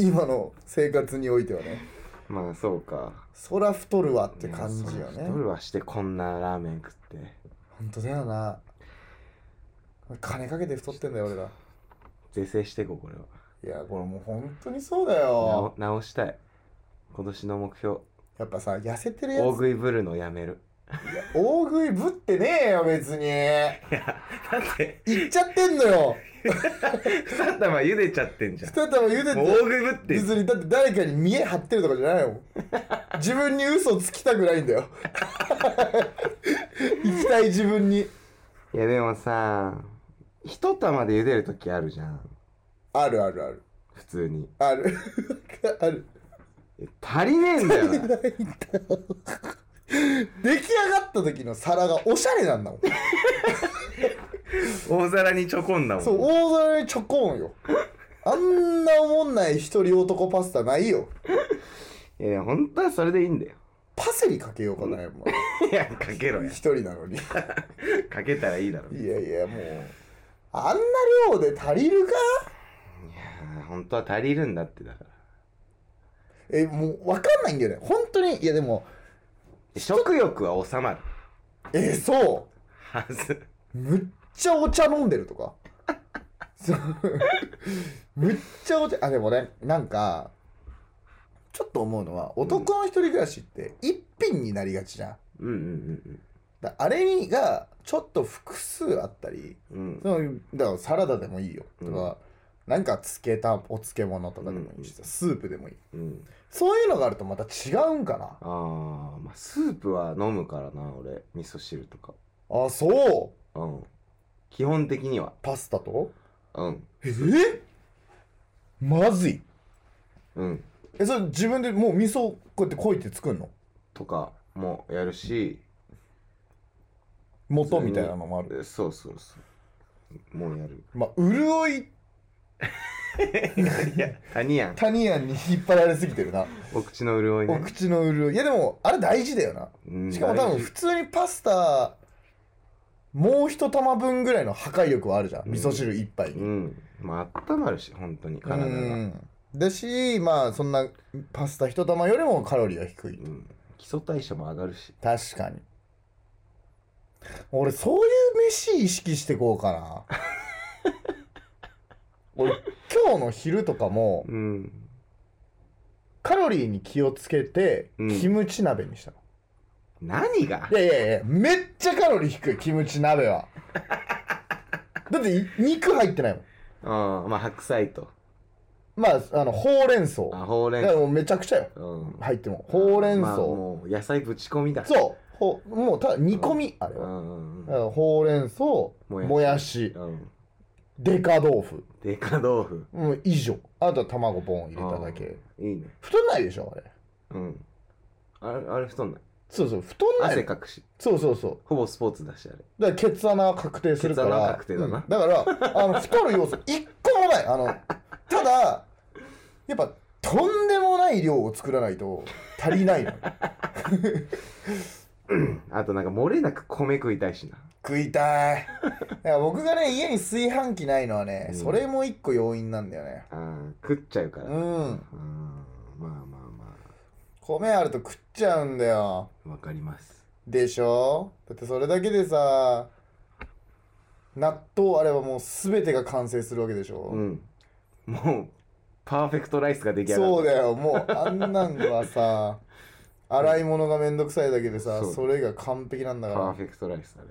[SPEAKER 3] 今の生活においてはね
[SPEAKER 4] まあそうか
[SPEAKER 3] そら太るわって感じよ
[SPEAKER 4] いや
[SPEAKER 3] ね
[SPEAKER 4] そう太るはしてこんなラーメン食って
[SPEAKER 3] 本当だよな金かけて太ってんだよ俺ら
[SPEAKER 4] 是正していこうこれはい
[SPEAKER 3] やこれもう本当にそうだ
[SPEAKER 4] 直
[SPEAKER 3] よ
[SPEAKER 4] 直したい今年の目標
[SPEAKER 3] やっぱさ痩せてるやつ
[SPEAKER 4] 大食いぶるのやめる
[SPEAKER 3] 大食いぶってねえよ別に
[SPEAKER 4] だって
[SPEAKER 3] いっちゃってんのよ
[SPEAKER 4] 2玉茹でちゃってんじゃん
[SPEAKER 3] 二玉茹で
[SPEAKER 4] もう大
[SPEAKER 3] て
[SPEAKER 4] 食いぶってんじゃん
[SPEAKER 3] 別にだって誰かに見え張ってるとかじゃないよ自分に嘘つきたくないんだよ [laughs] 行きたい自分に
[SPEAKER 4] いやでもさ一玉で茹でる時あるじゃん
[SPEAKER 3] あるあるある
[SPEAKER 4] 普通に
[SPEAKER 3] あるある
[SPEAKER 4] いや足りねえんだよな
[SPEAKER 3] 出来上がった時の皿がおしゃれなんだもん
[SPEAKER 4] 大皿にちょこんだもん。
[SPEAKER 3] そう大皿にちょこんよあんなおもんない一人男パスタないよ
[SPEAKER 4] いやいや、本当はそれでいいんだよ。
[SPEAKER 3] パセリかけようかなもう
[SPEAKER 4] いや、かけろや
[SPEAKER 3] 一。人なのに
[SPEAKER 4] かけたらいいだろ。い
[SPEAKER 3] いやいやもうあんな量で足りるか
[SPEAKER 4] や、本当は足りるんだってだから。
[SPEAKER 3] えもう分かんないんだよね本当にいやでも
[SPEAKER 4] 食欲は収まる
[SPEAKER 3] えそ
[SPEAKER 4] はず。
[SPEAKER 3] うむっちゃお茶飲んでるとかそうむっちゃお茶あでもねなんかちょっと思うのは男の一人暮らしって一品になりがちじゃん
[SPEAKER 4] うんうん
[SPEAKER 3] だあれにがちょっと複数あったり
[SPEAKER 4] うんうん。うん
[SPEAKER 3] そのだからサラダでもいいよとか、
[SPEAKER 4] うん
[SPEAKER 3] なんかつけたお漬物とかでもいいし、スープでもいい
[SPEAKER 4] うん。
[SPEAKER 3] そういうのがあるとまた違うんかな
[SPEAKER 4] ああ、まあ、スープは飲むからな、俺。味噌汁とか。
[SPEAKER 3] あそう
[SPEAKER 4] うん。基本的には。
[SPEAKER 3] パスタと
[SPEAKER 4] うん。
[SPEAKER 3] えまずい
[SPEAKER 4] うん。
[SPEAKER 3] えそれ自分でもう味噌こうやってこいて作んの
[SPEAKER 4] とかもやるし、
[SPEAKER 3] 元みたいなのもある
[SPEAKER 4] えそうそうそう。もうやる。
[SPEAKER 3] まあ潤い
[SPEAKER 4] [laughs] いや、谷やん。
[SPEAKER 3] 谷屋に引っ張られすぎてるな
[SPEAKER 4] お口の潤い
[SPEAKER 3] お
[SPEAKER 4] ね。
[SPEAKER 3] 口の潤いいやでもあれ大事だよな
[SPEAKER 4] うん
[SPEAKER 3] しかも多分普通にパスタもう一玉分ぐらいの破壊力はあるじゃん、
[SPEAKER 4] うん
[SPEAKER 3] 味噌汁一杯に、
[SPEAKER 4] うん。まあ、温まるし、本当に、体が。
[SPEAKER 3] う
[SPEAKER 4] うん
[SPEAKER 3] んだしまあそんなパスタ一玉よりもカロリーが低い
[SPEAKER 4] 基礎代謝も上がるし。
[SPEAKER 3] 確かに俺そういう飯意識してこうか
[SPEAKER 4] [laughs]
[SPEAKER 3] な俺今日の昼とかも
[SPEAKER 4] うん。
[SPEAKER 3] カロリーに気をつけて
[SPEAKER 4] うん
[SPEAKER 3] キムチ鍋にしたの、
[SPEAKER 4] 何が
[SPEAKER 3] いやいやいやめっちゃカロリー低いキムチ鍋はだってい肉入ってないもん
[SPEAKER 4] うん。まあ、白菜と。
[SPEAKER 3] まあ、あの、ほうれん草。
[SPEAKER 4] あ、ほうれ
[SPEAKER 3] だ
[SPEAKER 4] ん
[SPEAKER 3] からもうめちゃくちゃよ。
[SPEAKER 4] うん。
[SPEAKER 3] 入っても。ほうれん
[SPEAKER 4] ま
[SPEAKER 3] 草。
[SPEAKER 4] あもう野菜ぶち込みだ。う。
[SPEAKER 3] そう。ほもうただ煮込み、あれ
[SPEAKER 4] う
[SPEAKER 3] は。
[SPEAKER 4] んうん
[SPEAKER 3] だからほうれん草、
[SPEAKER 4] もやし
[SPEAKER 3] もやし、
[SPEAKER 4] うん。うん。
[SPEAKER 3] デカ豆腐。
[SPEAKER 4] でか豆腐。
[SPEAKER 3] もう以上。あとは卵ボン入れただけ。
[SPEAKER 4] うん。いいね。
[SPEAKER 3] 太んないでしょ、あれ。
[SPEAKER 4] うん。あれ、あれ太んない。
[SPEAKER 3] そうそう、太んない。
[SPEAKER 4] 汗かくし。
[SPEAKER 3] そうそうそう。
[SPEAKER 4] ほぼスポーツだし、あれ。
[SPEAKER 3] だから、ケツ穴は確定するから。
[SPEAKER 4] ケツ穴は確定だな
[SPEAKER 3] うんだから、あの、太る要
[SPEAKER 4] [laughs]
[SPEAKER 3] 素、一個もない。あの、ただ、やっぱ、とんでもない量を作らないと足りないのよ。
[SPEAKER 4] あとなんか漏れなく米食いたいしな。
[SPEAKER 3] 食いたいいや僕がね家に炊飯器ないのはね、
[SPEAKER 4] うん
[SPEAKER 3] それも一個要因なんだよね
[SPEAKER 4] あー食っちゃうから。
[SPEAKER 3] う
[SPEAKER 4] うん。
[SPEAKER 3] ん
[SPEAKER 4] まあまあま
[SPEAKER 3] 米あると食っちゃうんだよ
[SPEAKER 4] あ。わかります。
[SPEAKER 3] でしょだってそれだけでさ納豆あればもう全てが完成するわけでし
[SPEAKER 4] う
[SPEAKER 3] ょ、
[SPEAKER 4] ん。もう、パーフェクトライスが出来上がる。
[SPEAKER 3] そうだよもうあんなんはさ洗い物がめんどくさいだけでさ
[SPEAKER 4] そう
[SPEAKER 3] それが完璧なんだか
[SPEAKER 4] パー
[SPEAKER 3] ら
[SPEAKER 4] フェクトライスだよ。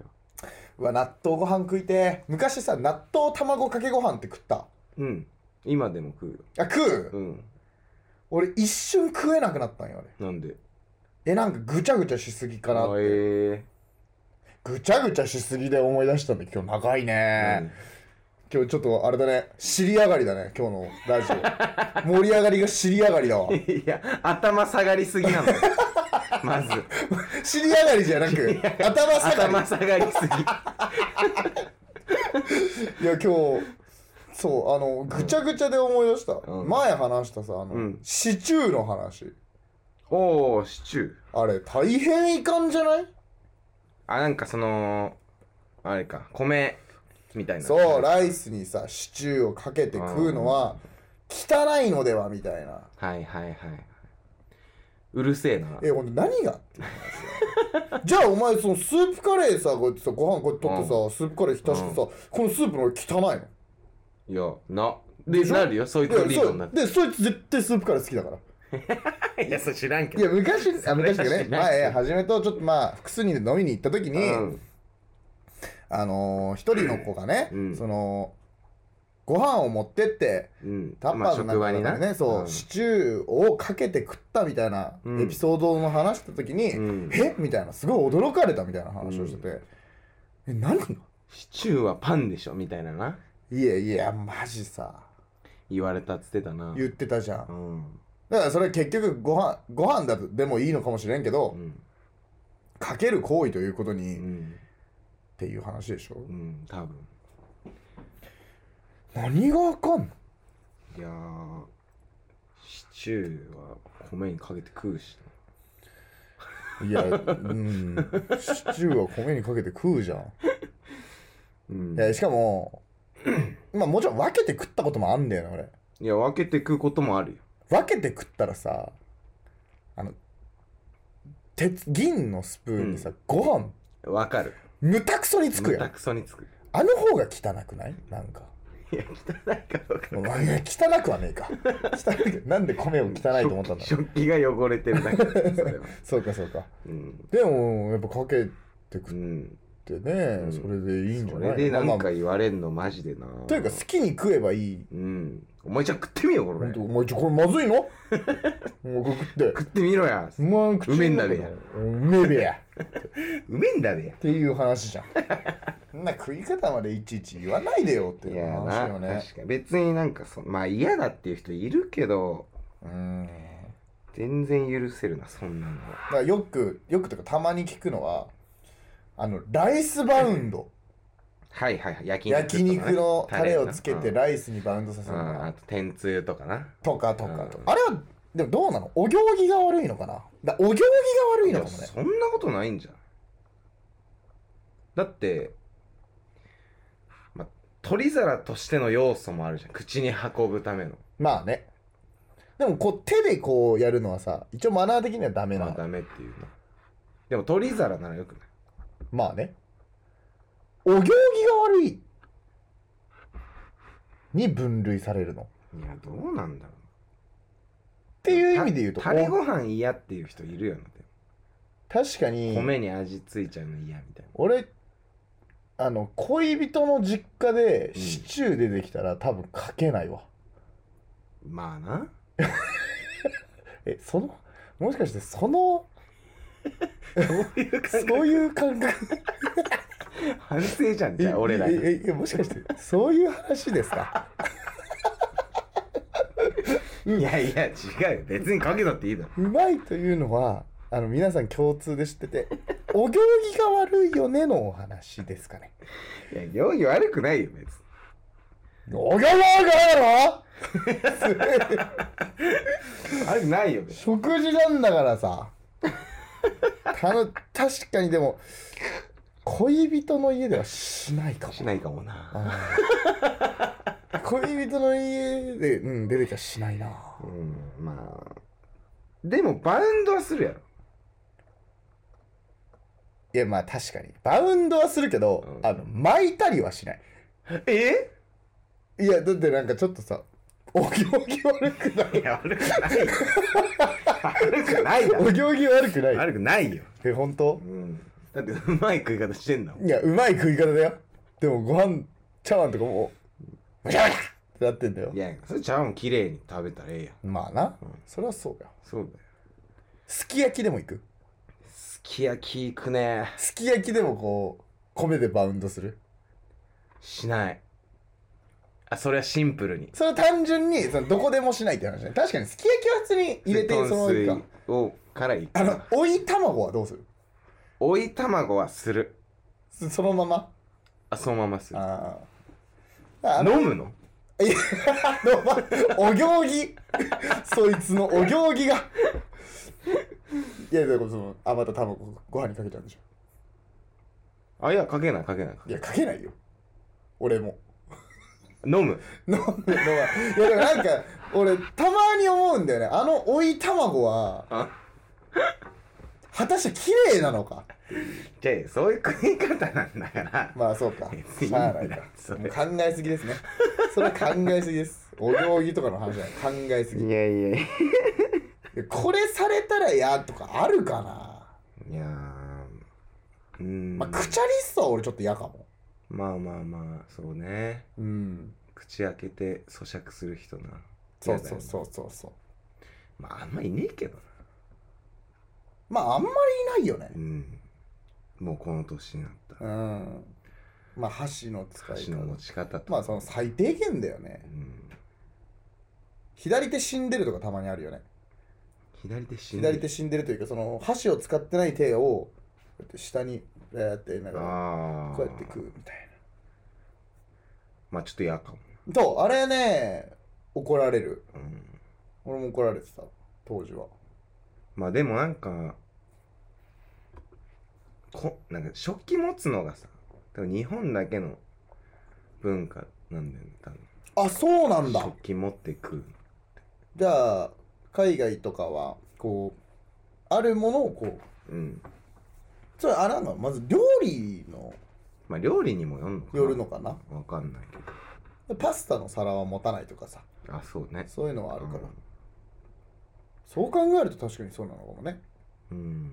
[SPEAKER 3] うわ納豆ご飯食いてえ昔さ納豆卵かけご飯って食った
[SPEAKER 4] うん。今でも食うよ。
[SPEAKER 3] あ食う、
[SPEAKER 4] うん。
[SPEAKER 3] 俺一瞬食えなくなったんよあれ
[SPEAKER 4] なんで
[SPEAKER 3] えなんかぐちゃぐちゃしすぎかなっ
[SPEAKER 4] あ
[SPEAKER 3] て
[SPEAKER 4] え
[SPEAKER 3] ぐちゃぐちゃしすぎで思い出したんで今日長い
[SPEAKER 4] え
[SPEAKER 3] ね、
[SPEAKER 4] 何
[SPEAKER 3] 今日ちょっとあれだね尻上がりだね今日のラジオ
[SPEAKER 4] [laughs]
[SPEAKER 3] 盛り上がりが尻上がりだわ
[SPEAKER 4] いや、頭下がりすぎなの
[SPEAKER 3] [laughs]
[SPEAKER 4] よ。まず、
[SPEAKER 3] 尻上がりじゃなく頭下が
[SPEAKER 4] 頭下がりすぎ。
[SPEAKER 3] りいや今日そうあのぐちゃぐちゃで思い出した、
[SPEAKER 4] うん
[SPEAKER 3] 前話したさあの、
[SPEAKER 4] うん
[SPEAKER 3] シチューの話
[SPEAKER 4] おお、シチュー。
[SPEAKER 3] あれ大変いかんじゃない
[SPEAKER 4] あ、なんかその、あれか、米みたいな。
[SPEAKER 3] そう
[SPEAKER 4] はい
[SPEAKER 3] ライスにさシチューをかけて食うのは汚いのではみたいな
[SPEAKER 4] はいはい。うるせえな。
[SPEAKER 3] え、ほんで何がっていう話よじゃあお前そのスープカレーさこうやってさご飯こうやって取ってさ、スープカレー浸してさ、このスープの汚いの
[SPEAKER 4] いや、な。で、
[SPEAKER 3] しょ
[SPEAKER 4] なるよ、そういう
[SPEAKER 3] で
[SPEAKER 4] 理
[SPEAKER 3] そ
[SPEAKER 4] 論になっ
[SPEAKER 3] うでそいつ絶対スープカレー好きだから
[SPEAKER 4] て。いや、それ知らんけ
[SPEAKER 3] いや。昔あ昔
[SPEAKER 4] そ
[SPEAKER 3] が
[SPEAKER 4] れは知ら
[SPEAKER 3] ね
[SPEAKER 4] ん
[SPEAKER 3] 前初めとちょっとまあ複数人で飲みに行った時に、
[SPEAKER 4] うん。
[SPEAKER 3] あのー一人の子がね、
[SPEAKER 4] うん
[SPEAKER 3] そのご飯を持ってって
[SPEAKER 4] うん。
[SPEAKER 3] タッパーの中
[SPEAKER 4] まあ
[SPEAKER 3] にね、そう、
[SPEAKER 4] ん
[SPEAKER 3] シチューをかけて食ったみたいな
[SPEAKER 4] うん
[SPEAKER 3] エピソードの話した時に、
[SPEAKER 4] うん
[SPEAKER 3] えみたいなすごい驚かれたみたいな話をしてて、え何が
[SPEAKER 4] シチューはパンでしょ、みたいなな。
[SPEAKER 3] いやいやマジさ
[SPEAKER 4] 言われたっつってたな。
[SPEAKER 3] 言ってたじゃ
[SPEAKER 4] うんん。
[SPEAKER 3] だからそれ結局ご飯ご飯だとでもいいのかもしれんけど、
[SPEAKER 4] うん。
[SPEAKER 3] かける行為ということに、
[SPEAKER 4] う
[SPEAKER 3] っ
[SPEAKER 4] ん、
[SPEAKER 3] ていう話でしょ
[SPEAKER 4] うん、多分
[SPEAKER 3] 何があかんの
[SPEAKER 4] いやーシチューは米にかけて食うし
[SPEAKER 3] いや、うん、シチューは米にかけて食うじゃん。
[SPEAKER 4] な、うん、
[SPEAKER 3] いや、しかも、 [clears throat] まあもちろん分けて食ったこともあんだよな、俺。
[SPEAKER 4] いや分けて食うこともあるよ
[SPEAKER 3] 分けて食ったらさ、あの、鉄、銀のスプーンにさ、ご飯、
[SPEAKER 4] わかる
[SPEAKER 3] むたくそにつく
[SPEAKER 4] む
[SPEAKER 3] や
[SPEAKER 4] た
[SPEAKER 3] ん。
[SPEAKER 4] くそにつく
[SPEAKER 3] あの方が汚くないなんか。
[SPEAKER 4] いや汚いかどうか
[SPEAKER 3] もういや汚くはねえか。 [laughs] 汚く、なんで米を汚いと思ったんだろう。
[SPEAKER 4] 食器食器が汚れてるだけだよそれは
[SPEAKER 3] そうか、そうか。
[SPEAKER 4] うん、
[SPEAKER 3] でも、やっぱかけて
[SPEAKER 4] う
[SPEAKER 3] 食っ
[SPEAKER 4] ん、
[SPEAKER 3] てね、
[SPEAKER 4] ん
[SPEAKER 3] それでいいんじゃ
[SPEAKER 4] そ
[SPEAKER 3] ない
[SPEAKER 4] れでなん
[SPEAKER 3] まあま
[SPEAKER 4] か言われんのマジでな
[SPEAKER 3] あというか、好きに食えばいい
[SPEAKER 4] うんお前じゃあ食ってみよこ
[SPEAKER 3] ほん
[SPEAKER 4] れ
[SPEAKER 3] とお前ちょこれま
[SPEAKER 4] [laughs]
[SPEAKER 3] ずいのもうこれ食って
[SPEAKER 4] 食ってみろや
[SPEAKER 3] うまい口の中
[SPEAKER 4] うめえんだべや
[SPEAKER 3] うめえべやっ
[SPEAKER 4] うめえんだべや
[SPEAKER 3] ていう話じゃん [laughs] そんな食い方までいちいち言わないでよって
[SPEAKER 4] い
[SPEAKER 3] いう
[SPEAKER 4] や
[SPEAKER 3] 話よ
[SPEAKER 4] な、
[SPEAKER 3] ね
[SPEAKER 4] 確かに別になんかそまあ嫌だっていう人いるけど
[SPEAKER 3] うんだ
[SPEAKER 4] 全然許せるなそんなのは
[SPEAKER 3] からよくよくとかたまに聞くのはあのライスバウンド
[SPEAKER 4] はいはいはい焼肉とか
[SPEAKER 3] 焼
[SPEAKER 4] ね
[SPEAKER 3] 肉のタレをつけて
[SPEAKER 4] うん
[SPEAKER 3] ライスにバウンドさせるの
[SPEAKER 4] ああ
[SPEAKER 3] か
[SPEAKER 4] と天つゆとかな
[SPEAKER 3] とかとかと
[SPEAKER 4] う
[SPEAKER 3] かあれはでもどうなのお行儀が悪いのかなだお行儀が悪いのかも
[SPEAKER 4] いや
[SPEAKER 3] ね
[SPEAKER 4] そんなことないんじゃんだって、ま、取り皿としての要素もあるじゃん口に運ぶための
[SPEAKER 3] まあねでもこう手でこうやるのはさ一応マナー的にはダメな
[SPEAKER 4] まあ
[SPEAKER 3] の
[SPEAKER 4] ダメっていうなでも取り皿ならよくない
[SPEAKER 3] まあね。お行儀が悪いに分類されるの。っ
[SPEAKER 4] いやどうなんだろう
[SPEAKER 3] ていう意味で言うと、
[SPEAKER 4] たタレ
[SPEAKER 3] お
[SPEAKER 4] ご飯嫌っていう人いるよな
[SPEAKER 3] 確かに、
[SPEAKER 4] 米に味ついちゃうの嫌みたい
[SPEAKER 3] 俺、あの、恋人の実家で
[SPEAKER 4] うん
[SPEAKER 3] シチュー出てきたら多分かけないわ。
[SPEAKER 4] なまあな
[SPEAKER 3] え、その、もしかしてその、
[SPEAKER 4] そういう感
[SPEAKER 3] そういう感覚。
[SPEAKER 4] 反省 [laughs] じゃんじゃあ俺ら
[SPEAKER 3] え
[SPEAKER 4] が
[SPEAKER 3] えええもしかしてそういう話ですか
[SPEAKER 4] いやいや違うよ別にかけたっていいだろ
[SPEAKER 3] うまいというのは、あの、皆さん共通で知ってて、お行儀が悪いよねのお話ですかね。
[SPEAKER 4] いや行儀悪くないよ別に
[SPEAKER 3] おがわがやろ
[SPEAKER 4] 悪くないよ別に
[SPEAKER 3] 食事なんだからさ。たの確かにでも、恋人の家ではしないかも。
[SPEAKER 4] しないかもな
[SPEAKER 3] あー恋人の家で、うん、出てきゃしないな。
[SPEAKER 4] うんまあでもバウンドはするやろ
[SPEAKER 3] いや、まあ確かに。バウンドはするけど、
[SPEAKER 4] うん
[SPEAKER 3] あの、巻いたりはしない。
[SPEAKER 4] え [laughs]
[SPEAKER 3] いや、だってなんかちょっとさ、お行儀悪くない。
[SPEAKER 4] いや悪くないよ悪くないだろ
[SPEAKER 3] お行儀悪くない。
[SPEAKER 4] 悪くないよ
[SPEAKER 3] え、本当
[SPEAKER 4] うんだってうまい食い方してんだもん
[SPEAKER 3] いや、うまい食い方だよ。でもご飯、茶碗とかもう、むしゃむしゃってなってんだよ
[SPEAKER 4] い。やそれ茶碗きれいに食べたらええやん
[SPEAKER 3] まあな
[SPEAKER 4] うん、
[SPEAKER 3] それはそうよ。
[SPEAKER 4] そうだよ
[SPEAKER 3] すき焼きでも行く
[SPEAKER 4] すき焼き行くね
[SPEAKER 3] すき焼きでもこう、米でバウンドする
[SPEAKER 4] しないあそれはシンプルに
[SPEAKER 3] それは単純に、そのどこでもしないって話ね。確かにすき焼きは普通に入れてそのままいくか。
[SPEAKER 4] 水をからいく
[SPEAKER 3] あの、追い卵はどうする
[SPEAKER 4] 追い卵はする
[SPEAKER 3] そそのまま
[SPEAKER 4] あそのままする
[SPEAKER 3] ああ。あの、
[SPEAKER 4] 飲むの
[SPEAKER 3] いやあのまお行儀そいつのお行儀が。いや、でもその、余った卵ご飯にかけちゃうんでしょ。
[SPEAKER 4] あいやかけないかけない
[SPEAKER 3] いや、かけないよ。俺も。
[SPEAKER 4] 飲む
[SPEAKER 3] 飲むのは。いや、でもなんか、俺、たまに思うんだよね。あの追い卵は、
[SPEAKER 4] あ
[SPEAKER 3] 果たして綺麗なのか。
[SPEAKER 4] じゃあそういう食い方なんだから
[SPEAKER 3] まあ、そうか
[SPEAKER 4] 別。に
[SPEAKER 3] しゃあないか。
[SPEAKER 4] それ
[SPEAKER 3] もう考えすぎですね。それは考えすぎです。お行儀とかの話じゃない。考えすぎ。
[SPEAKER 4] やいやいや
[SPEAKER 3] でこれされたらやとかあるかな。
[SPEAKER 4] いやーうーん
[SPEAKER 3] まあ、くちゃりっさは俺ちょっと嫌かも。
[SPEAKER 4] まあまあまあそうね
[SPEAKER 3] うん。
[SPEAKER 4] 口開けて咀嚼する人な
[SPEAKER 3] そうそう
[SPEAKER 4] う
[SPEAKER 3] そうそうそう。
[SPEAKER 4] まああんまいねえけどな
[SPEAKER 3] まあ、あんまりいないよね
[SPEAKER 4] う。んもうこの年になった
[SPEAKER 3] うん。まあ、箸の使い
[SPEAKER 4] 箸
[SPEAKER 3] 方
[SPEAKER 4] の。持ち方と
[SPEAKER 3] まあ、その最低限だよね
[SPEAKER 4] う。ん
[SPEAKER 3] 左手死んでるとかたまにあるよね
[SPEAKER 4] 左手死んでる
[SPEAKER 3] 左手死んでるというかその箸を使ってない手をうやって下にこうやってやりながら
[SPEAKER 4] ああ。
[SPEAKER 3] こうやって食うみたい
[SPEAKER 4] まあちょっと嫌かも。
[SPEAKER 3] なとあれね怒られる
[SPEAKER 4] うん。
[SPEAKER 3] 俺も怒られてた当時は
[SPEAKER 4] まあでもなんか、こなんか食器持つのがさ、多分日本だけの文化なんだよね、多分。
[SPEAKER 3] あそうなんだ
[SPEAKER 4] 食器持って食う。
[SPEAKER 3] じゃあ海外とかはこうあるものをこう
[SPEAKER 4] うん。
[SPEAKER 3] それあれなのまず料理の
[SPEAKER 4] まあ料理にもよんのかな。
[SPEAKER 3] よるのかな
[SPEAKER 4] わかんないけ
[SPEAKER 3] パスタの皿は持たないとかさ
[SPEAKER 4] ど。あ、そうね。
[SPEAKER 3] そういうのはあるから、
[SPEAKER 4] うん
[SPEAKER 3] そう考えると確かにそうなのかもね
[SPEAKER 4] うん。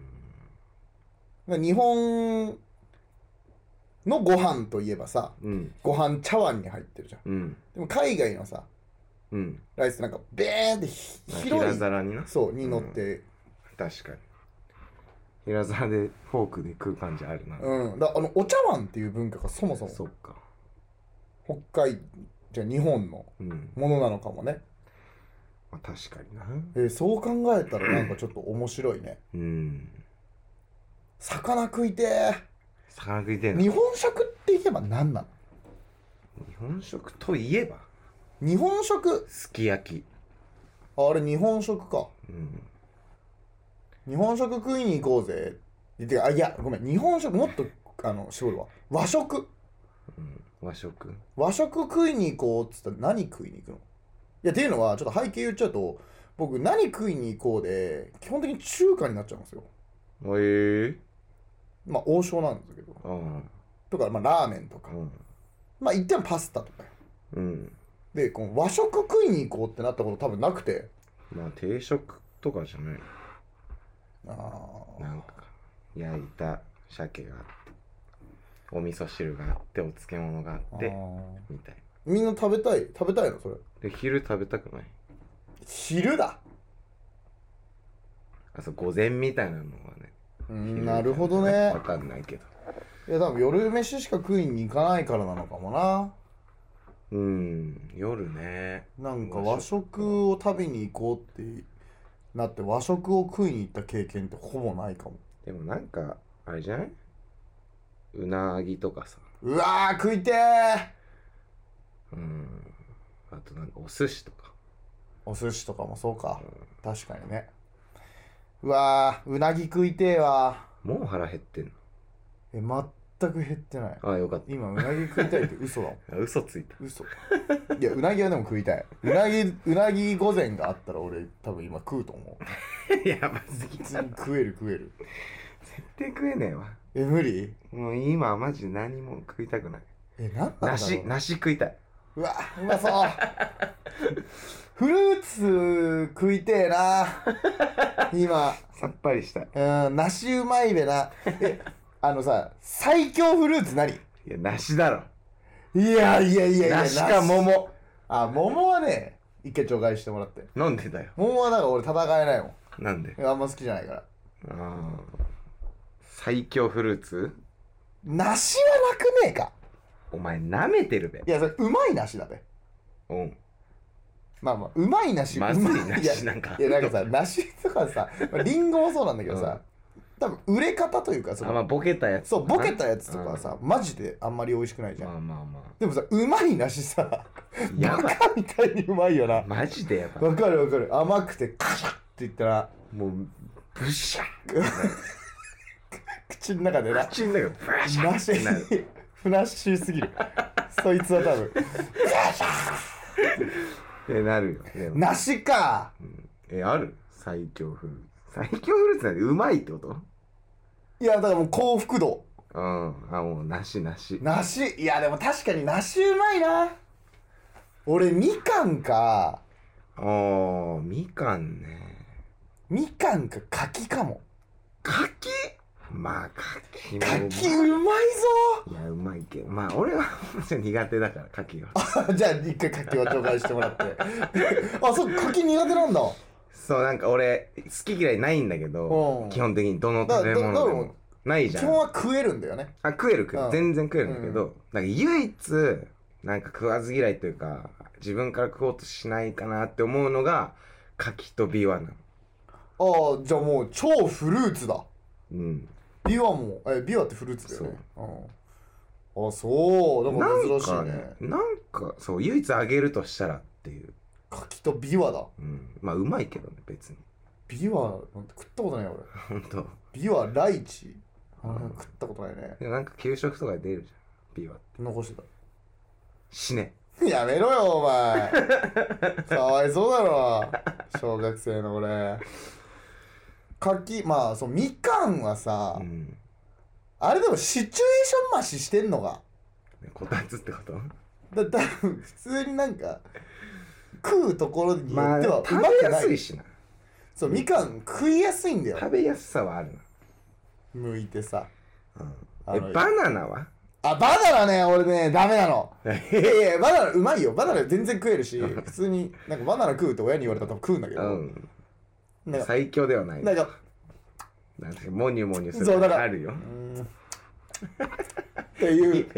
[SPEAKER 3] まあ日本のご飯といえばさ
[SPEAKER 4] うん。
[SPEAKER 3] ご飯茶碗に入ってるじゃん
[SPEAKER 4] うん。
[SPEAKER 3] でも海外のさ
[SPEAKER 4] うん。
[SPEAKER 3] ライスなんかベーってひ
[SPEAKER 4] まあ
[SPEAKER 3] 広
[SPEAKER 4] 平
[SPEAKER 3] い
[SPEAKER 4] 皿にな。
[SPEAKER 3] そうに乗って
[SPEAKER 4] 確かに。平皿でフォークで食う感じあるな。
[SPEAKER 3] うん、だあのお茶碗っていう文化がそもそも
[SPEAKER 4] そっか。
[SPEAKER 3] 北海じゃあ日本の
[SPEAKER 4] うん。
[SPEAKER 3] ものなのかもね、
[SPEAKER 4] まあ、確かにな。
[SPEAKER 3] えーそう考えたらなんかちょっと面白いね
[SPEAKER 4] うん。
[SPEAKER 3] 魚食いてー
[SPEAKER 4] 魚食いてんの
[SPEAKER 3] 日本食って言えば何なの
[SPEAKER 4] 日本食といえば
[SPEAKER 3] 日本食
[SPEAKER 4] すき焼き、
[SPEAKER 3] ああれ日本食か
[SPEAKER 4] うん、
[SPEAKER 3] 日本食食いに行こうぜてかあいやごめん日本食もっとあの絞るわ和食
[SPEAKER 4] うん、和食
[SPEAKER 3] 和食食いに行こうっつったら何食いに行くのいやっていうのはちょっと背景言っちゃうと僕何食いに行こうで基本的に中華になっちゃうんですよ
[SPEAKER 4] ええ
[SPEAKER 3] まあ王将なんですけど
[SPEAKER 4] ああ
[SPEAKER 3] とかまあラーメンとか
[SPEAKER 4] うん
[SPEAKER 3] まあ一点パスタとかよ
[SPEAKER 4] うん
[SPEAKER 3] でこの和食食いに行こうってなったこと多分なくて
[SPEAKER 4] まあ定食とかじゃない
[SPEAKER 3] あー
[SPEAKER 4] なんか焼いた鮭があってお味噌汁があってお漬物があ
[SPEAKER 3] あ
[SPEAKER 4] って
[SPEAKER 3] ー
[SPEAKER 4] みたい
[SPEAKER 3] みんな食べたい食べたいのそれ
[SPEAKER 4] で昼食べたくない
[SPEAKER 3] 昼だ
[SPEAKER 4] あそう午前みたいなのはね
[SPEAKER 3] うんなるほどね
[SPEAKER 4] わかんないけど
[SPEAKER 3] いや多分夜飯しか食いに行かないからなのかもな
[SPEAKER 4] うん夜ね
[SPEAKER 3] なんか和食を食べに行こうってなって和食を食いに行った経験ってほぼないかも
[SPEAKER 4] でもなんかあれじゃないうなぎとかさ
[SPEAKER 3] うわー食いてー
[SPEAKER 4] うんあとなんかお寿司とか
[SPEAKER 3] お寿司とかもそうか確かにねうわーうなぎ食いてーわ
[SPEAKER 4] もう腹減ってんの
[SPEAKER 3] え全く減ってない
[SPEAKER 4] ああよかっ
[SPEAKER 3] 今うなぎ食いたいって嘘だも [laughs] ん
[SPEAKER 4] た嘘つい [laughs] た
[SPEAKER 3] 嘘いやうなぎはでも食いたいうなぎうなぎ御膳があったら俺多分今食うと思う
[SPEAKER 4] やばすぎ
[SPEAKER 3] 普通に食える食える
[SPEAKER 4] 手食えねえわ
[SPEAKER 3] え無理
[SPEAKER 4] もう今はマジで何も食いたくない
[SPEAKER 3] えなんなんだろう
[SPEAKER 4] 梨梨食いたいう
[SPEAKER 3] わうまそう [laughs] フルーツ食いてえな今
[SPEAKER 4] さっぱりしたい
[SPEAKER 3] うん梨うまいべなえあのさ最強フルーツ何い
[SPEAKER 4] いや梨だろ
[SPEAKER 3] やいやいやいや
[SPEAKER 4] 梨か桃
[SPEAKER 3] あ桃はね一回除外してもらって
[SPEAKER 4] なんでだよ
[SPEAKER 3] 桃はだから俺戦えないも
[SPEAKER 4] なんで
[SPEAKER 3] んあんま好きじゃないから
[SPEAKER 4] ああ最強フルーツ
[SPEAKER 3] 梨はなくねえか
[SPEAKER 4] お前舐めてるべ
[SPEAKER 3] いやそれうまい梨だべ
[SPEAKER 4] うん
[SPEAKER 3] まあまあうまい梨
[SPEAKER 4] [laughs] まずいう
[SPEAKER 3] ま
[SPEAKER 4] 梨なんか
[SPEAKER 3] いやいやなんかさ梨とかさまあリンゴもそうなんだけどさ、多分売れ方というかそ
[SPEAKER 4] あ
[SPEAKER 3] の
[SPEAKER 4] まあボケたやつ
[SPEAKER 3] そうボケたやつとかさ、マジであんまり美味しくないじゃん、
[SPEAKER 4] まあまあま
[SPEAKER 3] でもさうまい梨さ
[SPEAKER 4] あや
[SPEAKER 3] バ
[SPEAKER 4] ばい
[SPEAKER 3] カみたいにうまいよな
[SPEAKER 4] マジでや [laughs] ばい
[SPEAKER 3] わかるわかる甘くてカシャッっていったら
[SPEAKER 4] もうブシャ
[SPEAKER 3] 口の中でな
[SPEAKER 4] 口の中ブシャ
[SPEAKER 3] 梨
[SPEAKER 4] [laughs] ってなる
[SPEAKER 3] にふなっしーすぎるそいつは多分
[SPEAKER 4] ってなるよでも
[SPEAKER 3] 梨か
[SPEAKER 4] えある最強フルーツ最強フルーツなんてうまいってこと
[SPEAKER 3] いやだからもう幸福度
[SPEAKER 4] うんあもうなしなし
[SPEAKER 3] 梨いやでも確かに梨うまいな俺みかんか
[SPEAKER 4] あーみかんね
[SPEAKER 3] みかんか柿かも
[SPEAKER 4] 柿まあ柿も
[SPEAKER 3] 柿うま
[SPEAKER 4] いやうまいけどまあ俺は苦手だから柿は
[SPEAKER 3] いぞ [laughs] じゃあ一回柿を紹介しても [laughs] らってあそう柿苦手なんだ
[SPEAKER 4] そうなんか俺好き嫌いないんだけ
[SPEAKER 3] う
[SPEAKER 4] ど
[SPEAKER 3] ん
[SPEAKER 4] 基本的にどの食
[SPEAKER 3] だだ
[SPEAKER 4] べ物で
[SPEAKER 3] だろ
[SPEAKER 4] もないじ
[SPEAKER 3] 基
[SPEAKER 4] ゃ
[SPEAKER 3] 本
[SPEAKER 4] ん
[SPEAKER 3] は食えるんだよね
[SPEAKER 4] あ食える食え
[SPEAKER 3] うん
[SPEAKER 4] る全然食えるんだけ
[SPEAKER 3] う
[SPEAKER 4] どなんか唯一なんか食わず嫌いというか自分から食おうとしないかなって思うのが柿とビワなの
[SPEAKER 3] ああじゃあもう超フルーツだ
[SPEAKER 4] うん
[SPEAKER 3] ビワもえビワってフルーツだよねうんあそうなんか珍しいね
[SPEAKER 4] なんかそう唯一あげるとしたらっていう、
[SPEAKER 3] 柿とビワだ
[SPEAKER 4] うん、まあうまいけどね別に [laughs]
[SPEAKER 3] ビワなんて食ったことないよ
[SPEAKER 4] 本当
[SPEAKER 3] 俺ビワライチあ
[SPEAKER 4] うん
[SPEAKER 3] 食ったことないね
[SPEAKER 4] でもなんか給食とかで出るじゃんビワって
[SPEAKER 3] 残してた
[SPEAKER 4] 死ね
[SPEAKER 3] [laughs] やめろよ、お前。 [laughs] かわいそうだろ。小学生の俺。柿、まあ、そう、みかんはさ、
[SPEAKER 4] うん
[SPEAKER 3] あれでもシチュエーション増ししてんのか。
[SPEAKER 4] こたつってこと
[SPEAKER 3] だ、多分普通になんか、食うところによ
[SPEAKER 4] まあ
[SPEAKER 3] ってはう
[SPEAKER 4] 食
[SPEAKER 3] まく
[SPEAKER 4] べや
[SPEAKER 3] な
[SPEAKER 4] す
[SPEAKER 3] い。
[SPEAKER 4] いしな
[SPEAKER 3] そう、みかん食いやすいんだよ。
[SPEAKER 4] 食べやすさはある
[SPEAKER 3] 剥いてさ。
[SPEAKER 4] な、
[SPEAKER 3] あ
[SPEAKER 4] うん、
[SPEAKER 3] の
[SPEAKER 4] えバナナは
[SPEAKER 3] あ、バナナね、俺ね、ダメなの。いやいや、バナナうまいよ。バナナ全然食えるし、普通に、なんかバナナ食うって親に言われたら多分食うんだけ
[SPEAKER 4] う
[SPEAKER 3] ど。
[SPEAKER 4] ん
[SPEAKER 3] なんか、
[SPEAKER 4] 最強ではない
[SPEAKER 3] なんか、
[SPEAKER 4] なんかモニュモニュする
[SPEAKER 3] そうだから
[SPEAKER 4] あるよ
[SPEAKER 3] うーんっていう
[SPEAKER 4] いいね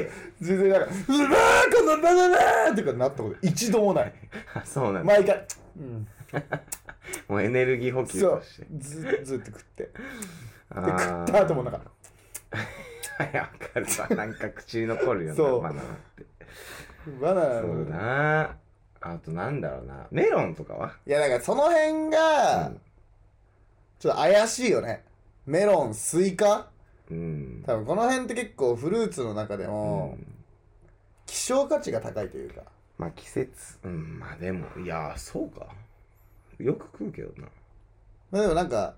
[SPEAKER 3] 全然なんか「うわーこのバナナー!」ってかなったこと一度もない
[SPEAKER 4] あそうなんだ
[SPEAKER 3] 毎回、うん、
[SPEAKER 4] もうエネルギー補給
[SPEAKER 3] そ
[SPEAKER 4] と
[SPEAKER 3] う
[SPEAKER 4] して
[SPEAKER 3] ず [laughs] っとずっと食ってで
[SPEAKER 4] あ
[SPEAKER 3] 食っ
[SPEAKER 4] ー
[SPEAKER 3] た後もなんか
[SPEAKER 4] [laughs] いやわかるわなんか口に残るよな
[SPEAKER 3] そう
[SPEAKER 4] バナナって
[SPEAKER 3] バナナ
[SPEAKER 4] そう
[SPEAKER 3] の
[SPEAKER 4] だなあとなんだろうなメロンとかはい
[SPEAKER 3] やだからその辺が、
[SPEAKER 4] うん
[SPEAKER 3] ちょっと怪しいよねメロンスイカ
[SPEAKER 4] うん
[SPEAKER 3] 多分この辺って結構フルーツの中でも、
[SPEAKER 4] うん
[SPEAKER 3] 希少価値が高いというか
[SPEAKER 4] まあ季節うんまあでもいやそうかよく食うけどな
[SPEAKER 3] まあでもなんか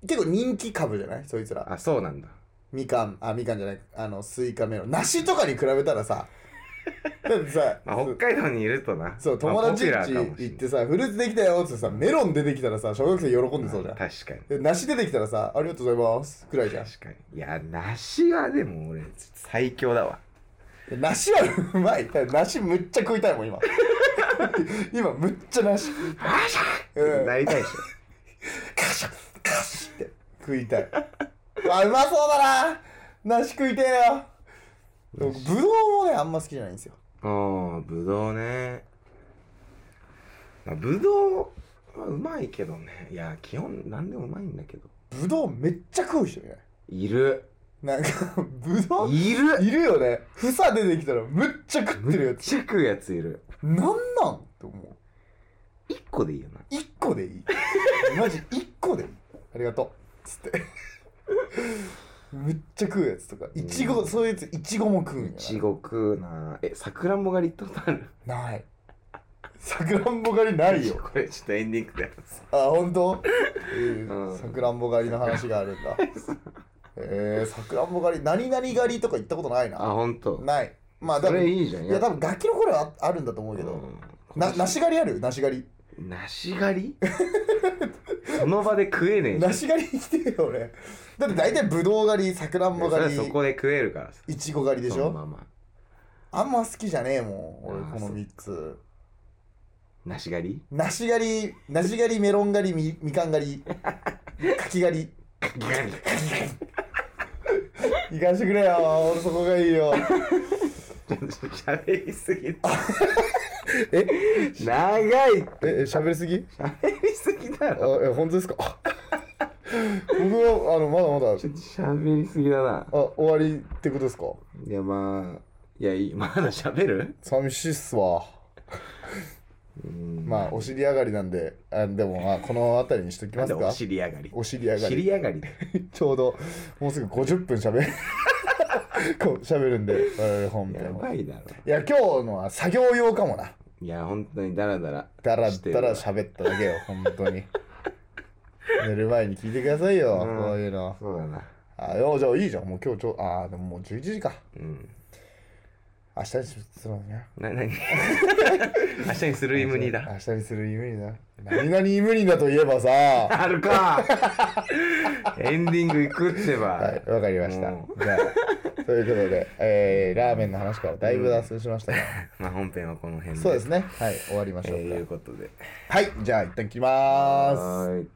[SPEAKER 3] 結構人気株じゃないそいつら
[SPEAKER 4] あそうなんだ
[SPEAKER 3] みかんあみかんじゃないあのスイカメロン梨とかに比べたらさだってさ、
[SPEAKER 4] [laughs] まあ北海道にいるとな
[SPEAKER 3] そう
[SPEAKER 4] まあ
[SPEAKER 3] 友達んち
[SPEAKER 4] ポピュラーかもしれ
[SPEAKER 3] 行
[SPEAKER 4] な
[SPEAKER 3] っ
[SPEAKER 4] い
[SPEAKER 3] てさフルーツできたよっつってさメロン出てきたらさ小学生喜んでそうじゃん、
[SPEAKER 4] 確かに
[SPEAKER 3] で梨出てきたらさありがとうございますくらいじゃん
[SPEAKER 4] 確かにいや梨はでも俺最強だわ
[SPEAKER 3] で梨はうまいだから梨むっちゃ食いたいも
[SPEAKER 4] [laughs]
[SPEAKER 3] ん今今むっちゃ梨
[SPEAKER 4] あしゃ
[SPEAKER 3] うん
[SPEAKER 4] なりたいでし
[SPEAKER 3] カシャカシって食いたいうわうまそうだな梨食いてえよでもぶどうもねあんま好きじゃないんですよ
[SPEAKER 4] ょうんぶどうねまあぶどうはうまいけどねいや基本何でもうまいんだけど
[SPEAKER 3] ぶどうめっちゃ食う人いない
[SPEAKER 4] いる
[SPEAKER 3] なんか、ぶどう
[SPEAKER 4] いる
[SPEAKER 3] いるよね。房出てきたらむっちゃ食ってる
[SPEAKER 4] め
[SPEAKER 3] や
[SPEAKER 4] っ
[SPEAKER 3] つ。
[SPEAKER 4] ちゃ食うやついる
[SPEAKER 3] なんなんって思う。
[SPEAKER 4] 1個でいいよな
[SPEAKER 3] 一個でいい。マジ一個でいい。ありがとう。つって。むっちゃ食うやつとか。いちご、そういうやつ、いちごも食うんや
[SPEAKER 4] い
[SPEAKER 3] な。
[SPEAKER 4] ちご食うなえさくらんぼ狩り行ったことある
[SPEAKER 3] ない。さくらんぼ狩りないよ。
[SPEAKER 4] これちょっとエンディングで
[SPEAKER 3] あ、ほんとえ
[SPEAKER 4] う
[SPEAKER 3] ー
[SPEAKER 4] ん
[SPEAKER 3] さくらんぼ狩りの話があるん
[SPEAKER 4] [laughs]
[SPEAKER 3] だ。えー、さくらんぼ狩り、何々狩りとか行ったことない
[SPEAKER 4] あ
[SPEAKER 3] な。
[SPEAKER 4] ほんと
[SPEAKER 3] ない。まあ、だか
[SPEAKER 4] そ
[SPEAKER 3] ら
[SPEAKER 4] れ
[SPEAKER 3] い
[SPEAKER 4] いいじゃん
[SPEAKER 3] や、多分楽器の頃はああるんだと思うけど。
[SPEAKER 4] うん
[SPEAKER 3] な梨狩りある梨狩り
[SPEAKER 4] 梨狩り
[SPEAKER 3] [laughs]
[SPEAKER 4] その場で食えねえじゃん
[SPEAKER 3] 梨狩りに来てるよ俺だって大体ぶどう狩りさくらんぼ
[SPEAKER 4] それは
[SPEAKER 3] 狩
[SPEAKER 4] そ
[SPEAKER 3] り
[SPEAKER 4] こで食えるからさ
[SPEAKER 3] いちご狩りでし
[SPEAKER 4] そのま
[SPEAKER 3] ょ
[SPEAKER 4] ま
[SPEAKER 3] あんま好きじゃねえもん俺
[SPEAKER 4] あー
[SPEAKER 3] この3つ
[SPEAKER 4] 梨狩り [laughs]
[SPEAKER 3] 梨狩り梨狩りメロン狩りみみかん
[SPEAKER 4] [laughs]
[SPEAKER 3] 狩り柿狩り行かしてくれよ俺そこがいいよ
[SPEAKER 4] 喋りすぎだ
[SPEAKER 3] [laughs] え
[SPEAKER 4] 長い
[SPEAKER 3] え喋りすぎ
[SPEAKER 4] 喋りすぎだ
[SPEAKER 3] あ
[SPEAKER 4] ろ
[SPEAKER 3] え本当ですか [laughs] 僕はあのまだまだ
[SPEAKER 4] ちょっと喋りすぎだ
[SPEAKER 3] あ
[SPEAKER 4] な
[SPEAKER 3] 終わりってことですか
[SPEAKER 4] いやまあいやいい [laughs] まだ喋る
[SPEAKER 3] 寂しいっすわ
[SPEAKER 4] うん
[SPEAKER 3] まあお尻上がりなんであでもまあこの辺りにしとき
[SPEAKER 4] な
[SPEAKER 3] ま
[SPEAKER 4] んですお
[SPEAKER 3] か
[SPEAKER 4] 尻上がり
[SPEAKER 3] お尻上がり
[SPEAKER 4] 尻上がりだよ
[SPEAKER 3] ちょうどもうすぐ50分しゃべる [laughs] こうしゃべるんで我々本
[SPEAKER 4] や
[SPEAKER 3] 編は
[SPEAKER 4] ばいだろ
[SPEAKER 3] いや今日のは作業用かもない
[SPEAKER 4] や本当にダラダラ
[SPEAKER 3] だら
[SPEAKER 4] して
[SPEAKER 3] だ
[SPEAKER 4] るわ
[SPEAKER 3] らしゃべっただけよ本当に寝る前に聞いてくださいよ、
[SPEAKER 4] うん
[SPEAKER 3] こういうの
[SPEAKER 4] そうだな
[SPEAKER 3] あよじゃあいいじゃんもう今日ちょあーでももう11時か
[SPEAKER 4] うん
[SPEAKER 3] 明日にするのね
[SPEAKER 4] な
[SPEAKER 3] [laughs]
[SPEAKER 4] 何明日にするイムニだ
[SPEAKER 3] 明日にする夢にな何々夢にだといえばさは
[SPEAKER 4] あ
[SPEAKER 3] [laughs]
[SPEAKER 4] るかエンディングいくってば、
[SPEAKER 3] いわかりました
[SPEAKER 4] うん
[SPEAKER 3] じゃあということで、えーラーメンの話からだいぶ脱線しましたが、
[SPEAKER 4] まあ本編はこの辺で
[SPEAKER 3] そうですねはい終わりまし
[SPEAKER 4] え
[SPEAKER 3] ょう
[SPEAKER 4] ー
[SPEAKER 3] か、
[SPEAKER 4] いうことで
[SPEAKER 3] はい、じゃあ一旦切りまーす。
[SPEAKER 4] はーい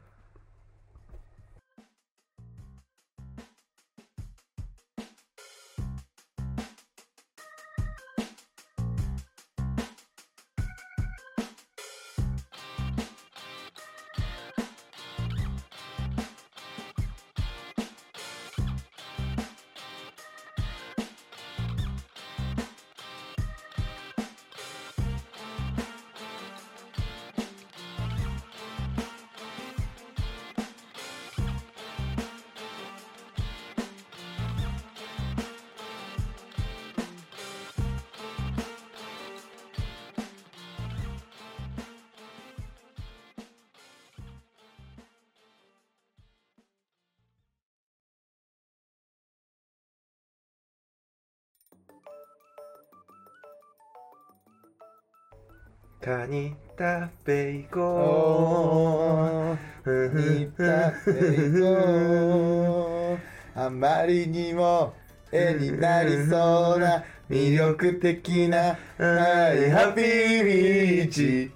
[SPEAKER 4] カニ食べ行こ
[SPEAKER 3] おー
[SPEAKER 4] う。
[SPEAKER 3] 似たっていこうあまりにも絵になりそうな魅力的なはいハッピービーチ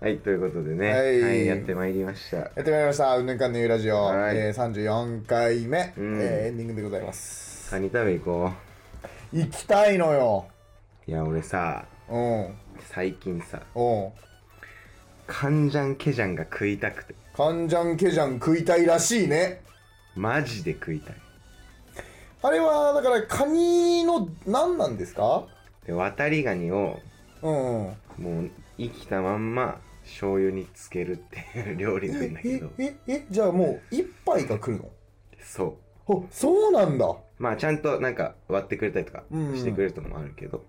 [SPEAKER 4] はい、ということでね、
[SPEAKER 3] はい
[SPEAKER 4] はい、やってまいりました。
[SPEAKER 3] やってまいりました「うんぬんかんぬゆラジオ」
[SPEAKER 4] はい
[SPEAKER 3] えー、34回目、え
[SPEAKER 4] うん
[SPEAKER 3] ーエンディングでございます
[SPEAKER 4] カニ食べ行こ
[SPEAKER 3] 行きたいのよ
[SPEAKER 4] う。いや、俺さ、
[SPEAKER 3] うん
[SPEAKER 4] 最近さ、
[SPEAKER 3] うん
[SPEAKER 4] カンジャンケジャンが食いたくて、
[SPEAKER 3] カンジャンケジャン食いたいらしいね
[SPEAKER 4] マジで食いたい。
[SPEAKER 3] あれはだからカニの何なんですか
[SPEAKER 4] で、渡りガニを、
[SPEAKER 3] うんうん
[SPEAKER 4] もう、生きたまんま、醤油につけるっていう [laughs] 料理なんだけ
[SPEAKER 3] え
[SPEAKER 4] ど、
[SPEAKER 3] ええじゃあもう一杯が来るの
[SPEAKER 4] そう。
[SPEAKER 3] あそうなんだ
[SPEAKER 4] まあ、ちゃんとなんか割ってくれたりとか
[SPEAKER 3] うん
[SPEAKER 4] してくれるとかもあるけど、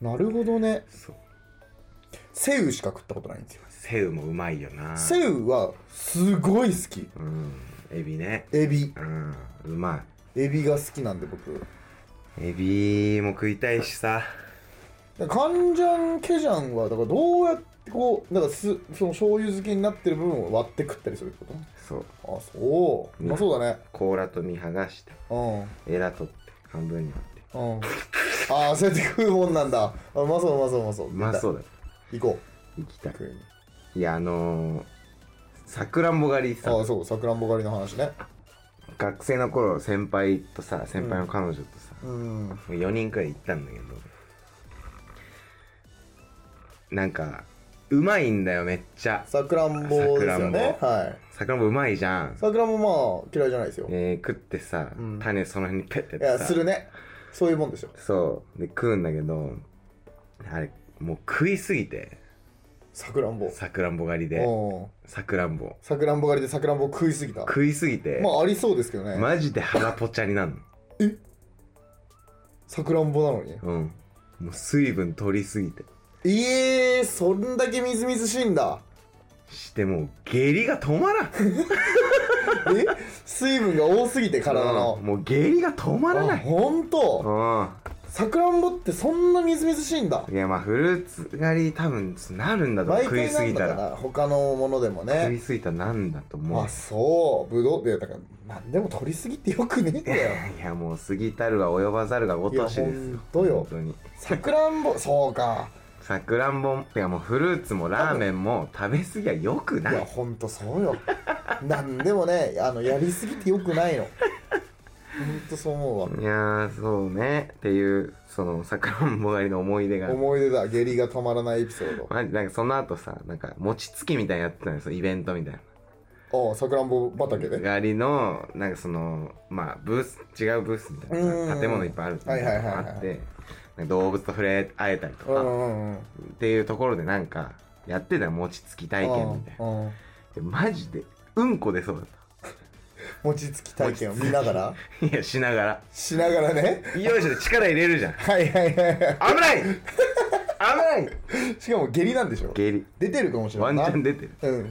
[SPEAKER 3] なるほどね
[SPEAKER 4] そう。
[SPEAKER 3] セウしか食ったことないんですよ
[SPEAKER 4] セウもうまいよな。
[SPEAKER 3] セウはすごい好き
[SPEAKER 4] うん。エビね。
[SPEAKER 3] エビ
[SPEAKER 4] うん。うま
[SPEAKER 3] エビが好きなんで僕
[SPEAKER 4] い。エビも食いたいしさ。
[SPEAKER 3] カンジャンケジャンはだからどうやってこうだからすその醤油漬けになってる部分を割って食ったりするってこ
[SPEAKER 4] そう。
[SPEAKER 3] とあそう
[SPEAKER 4] うん
[SPEAKER 3] まあそうだね
[SPEAKER 4] 甲羅と身剥がして、
[SPEAKER 3] うん
[SPEAKER 4] エラ取って、半分に割って。
[SPEAKER 3] うんああそうやって食うもんなんだあうまそううまそううまそう
[SPEAKER 4] う
[SPEAKER 3] う
[SPEAKER 4] まそううだ。
[SPEAKER 3] 行こ
[SPEAKER 4] 行き
[SPEAKER 3] う
[SPEAKER 4] たい。
[SPEAKER 3] 食いに
[SPEAKER 4] いや、あのー、さくらんぼ狩りさ
[SPEAKER 3] あ、あそうさくらんぼ狩りの話ね
[SPEAKER 4] 学生の頃、先輩とさ、先輩の彼女とさ、
[SPEAKER 3] うん
[SPEAKER 4] もう4人くらい行ったんだけど、なんか、うまいんだよ、めっちゃ。
[SPEAKER 3] さくらんぼですよね
[SPEAKER 4] さく
[SPEAKER 3] は
[SPEAKER 4] さくらんぼうまいじゃん
[SPEAKER 3] い。さくらんぼまあ嫌いじゃないですよ
[SPEAKER 4] えー、食ってさ、
[SPEAKER 3] うん
[SPEAKER 4] 種その辺にペッてやっ
[SPEAKER 3] い
[SPEAKER 4] て
[SPEAKER 3] や
[SPEAKER 4] さ
[SPEAKER 3] するねそういうもんでしょ
[SPEAKER 4] そうで食うんだけどあれもう食いすぎて
[SPEAKER 3] さくらんぼ
[SPEAKER 4] さくらんぼ狩りで
[SPEAKER 3] うん
[SPEAKER 4] さくらんぼ
[SPEAKER 3] さくらんぼ狩りでさくらんぼを食いすぎた
[SPEAKER 4] 食いすぎて、
[SPEAKER 3] まあありそうですけどね
[SPEAKER 4] マジで腹ぽちゃになる
[SPEAKER 3] さくらんぼなのに
[SPEAKER 4] のうんもう水分取りすぎて
[SPEAKER 3] ええー、そんだけみずみずしいんだ
[SPEAKER 4] してもう下痢が止まらん
[SPEAKER 3] え水分が多すぎて体
[SPEAKER 4] う
[SPEAKER 3] の
[SPEAKER 4] んもう下痢が止まら
[SPEAKER 3] あ
[SPEAKER 4] ない
[SPEAKER 3] ほんと
[SPEAKER 4] う
[SPEAKER 3] さくらんぼってそんなみずみずしいんだ
[SPEAKER 4] んいやまあフルーツ狩り多分なるんだと思
[SPEAKER 3] 毎
[SPEAKER 4] う食い
[SPEAKER 3] 回
[SPEAKER 4] す
[SPEAKER 3] なん
[SPEAKER 4] ぎた
[SPEAKER 3] だからな他のものでも
[SPEAKER 4] 食い
[SPEAKER 3] ね
[SPEAKER 4] すぎたらなんだと思う
[SPEAKER 3] あそうぶどうでだから何でも取りすぎてよくねえんだよ
[SPEAKER 4] [laughs] いやもう過ぎたるは及ばざるがごとしですよ
[SPEAKER 3] いやほんとよ
[SPEAKER 4] 本当に
[SPEAKER 3] さくらんぼそうか
[SPEAKER 4] さくらんぼってかもうフルーツもラーメンも食べ過ぎはよく
[SPEAKER 3] い
[SPEAKER 4] な
[SPEAKER 3] や
[SPEAKER 4] い
[SPEAKER 3] ほんとそうよ [laughs] なんでもねあのやりすぎてよくないのほんとそう思うわ
[SPEAKER 4] いやーそうねっていうそのさくらんぼ狩りの思い出が
[SPEAKER 3] 思い出だ下痢が止まらないエピソード
[SPEAKER 4] マジなんかその後さなんか餅つきみたいなのやってたんですよイベントみたいな
[SPEAKER 3] ああさくらんぼ畑で
[SPEAKER 4] 狩りのなんかそのまあブース違うブースみたい
[SPEAKER 3] うんう
[SPEAKER 4] なん建物いっぱいあるみたいなのがあっ
[SPEAKER 3] はいはいはい
[SPEAKER 4] てなんか動物と触れ合えたりと
[SPEAKER 3] う
[SPEAKER 4] か
[SPEAKER 3] んうんうん
[SPEAKER 4] っていうところでなんかやってたよ餅つき体験みたいな
[SPEAKER 3] うんうん
[SPEAKER 4] でマジでうんこ出そうだっ
[SPEAKER 3] 餅つき体験を見ながら
[SPEAKER 4] たいやしながら
[SPEAKER 3] しながらね
[SPEAKER 4] よいしょで力入れるじゃん
[SPEAKER 3] はいはいはいは
[SPEAKER 4] 危ない危ない
[SPEAKER 3] いしかも下痢なんでしょ
[SPEAKER 4] 下痢
[SPEAKER 3] 出てるかもしれ
[SPEAKER 4] ワ
[SPEAKER 3] ない
[SPEAKER 4] ンチ
[SPEAKER 3] な
[SPEAKER 4] ャン出てる
[SPEAKER 3] うん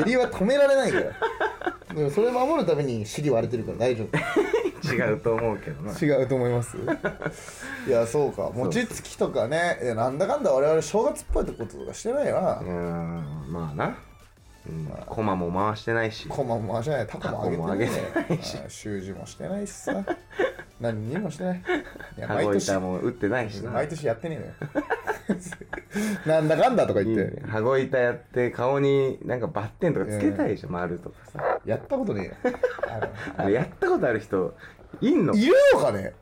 [SPEAKER 3] 下痢は止められないからでもそれ守るために尻割れてるから大丈夫
[SPEAKER 4] 違うと思うけどな
[SPEAKER 3] 違うと思います [laughs] いやそうか餅つきとかねいやなんだかんだ我々正月っぽいこととかしてないよな
[SPEAKER 4] うーんまあな、うん、コマも回してないし
[SPEAKER 3] コマも回してないタコも上げて
[SPEAKER 4] タコも
[SPEAKER 3] な
[SPEAKER 4] 上げてない
[SPEAKER 3] いし習字もしてないし [laughs] さ何にもしてないいや
[SPEAKER 4] 羽
[SPEAKER 3] 毎
[SPEAKER 4] 子
[SPEAKER 3] 年
[SPEAKER 4] 板も打ってないしな
[SPEAKER 3] 毎年やってねえのよ [laughs] なんだかんだとか言って、
[SPEAKER 4] 羽子板やって顔になんかバッテンとかつけたいでしょ丸とかさ
[SPEAKER 3] やったことねえよ [laughs] あ
[SPEAKER 4] あれやったことある人いんの
[SPEAKER 3] のいるのかね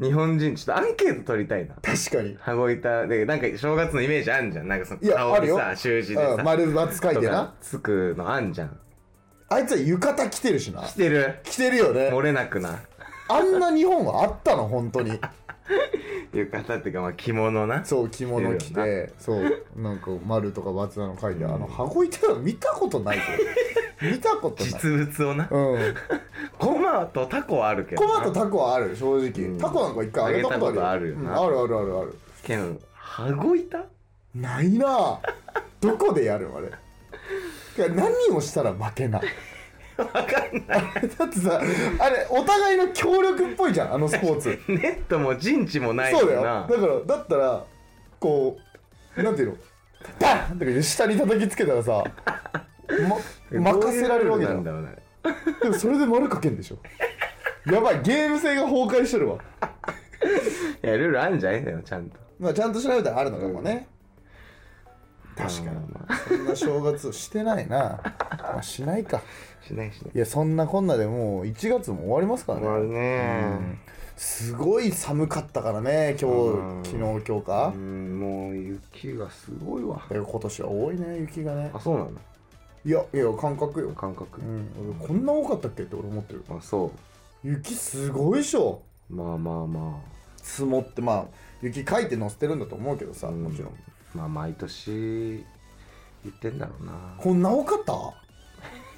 [SPEAKER 4] 日本人ちょっとアンケート取りたいな
[SPEAKER 3] 確かに
[SPEAKER 4] 羽子板でなんか正月のイメージあんじゃんなんかその
[SPEAKER 3] いや
[SPEAKER 4] 顔
[SPEAKER 3] あ
[SPEAKER 4] に
[SPEAKER 3] るよ
[SPEAKER 4] さ習字でさ、
[SPEAKER 3] うん丸バツ書い
[SPEAKER 4] と
[SPEAKER 3] て
[SPEAKER 4] か
[SPEAKER 3] な
[SPEAKER 4] つくのあんじゃん
[SPEAKER 3] あいつは浴衣着てるしな
[SPEAKER 4] してる
[SPEAKER 3] 着てるよね
[SPEAKER 4] 漏れなくな
[SPEAKER 3] あんな日本はあったの本当に
[SPEAKER 4] 浴衣っていうかまあ着物な
[SPEAKER 3] そう着物着
[SPEAKER 4] 着てる
[SPEAKER 3] てそうなんか丸とかバツなの書いてあの箱いたら見たことないぞ見たことない
[SPEAKER 4] 実物をな
[SPEAKER 3] うん
[SPEAKER 4] コマとタコはあるけど
[SPEAKER 3] コ
[SPEAKER 4] な
[SPEAKER 3] マとタコはある正直、
[SPEAKER 4] うん
[SPEAKER 3] タコなんか一回あげたことある
[SPEAKER 4] あげたことあ
[SPEAKER 3] うんあるあるあるある
[SPEAKER 4] けど羽子板
[SPEAKER 3] ないなぁどこでやるのあれいや何をしたら負けない [laughs]
[SPEAKER 4] わかんない
[SPEAKER 3] だってさあれお互いの協力っぽいじゃんあのスポーツ
[SPEAKER 4] ネットも陣地もない
[SPEAKER 3] そうだ
[SPEAKER 4] し
[SPEAKER 3] よ
[SPEAKER 4] な
[SPEAKER 3] だからだったらこうなんていうのバンとか言って下に叩きつけたら
[SPEAKER 4] [laughs]
[SPEAKER 3] さ、ま、任せられるわけじゃ
[SPEAKER 4] どういうんルールなんだろうね
[SPEAKER 3] でもそれで丸かけんでしょやばいゲーム性が崩壊してるわ
[SPEAKER 4] いやルールあるんじゃないんだよちゃんと
[SPEAKER 3] まあちゃんと調べたらあるのかもね、確かに
[SPEAKER 4] まあまあ
[SPEAKER 3] そんな正月をしてないなまあしないか
[SPEAKER 4] しないし
[SPEAKER 3] [laughs]
[SPEAKER 4] ない
[SPEAKER 3] いやそんなこんなでもう1月も終わりますからね、
[SPEAKER 4] 終わるね
[SPEAKER 3] すごい寒かったからね今
[SPEAKER 4] うん
[SPEAKER 3] 日昨日今日
[SPEAKER 4] う
[SPEAKER 3] か、
[SPEAKER 4] んもう雪がすごいわ
[SPEAKER 3] だから今年は多いね雪がね
[SPEAKER 4] あそうなの
[SPEAKER 3] いやいや感覚よ、
[SPEAKER 4] 感覚
[SPEAKER 3] うん、俺こんな多かったっけって俺思ってる
[SPEAKER 4] あそ
[SPEAKER 3] 雪すごいでしょ
[SPEAKER 4] うまあまあま
[SPEAKER 3] 積もってまあ雪かいて乗せてるんだと思うけど
[SPEAKER 4] あ
[SPEAKER 3] さ
[SPEAKER 4] うん
[SPEAKER 3] もちろん
[SPEAKER 4] まあ毎年言ってんだろうな [laughs]
[SPEAKER 3] こんな多かった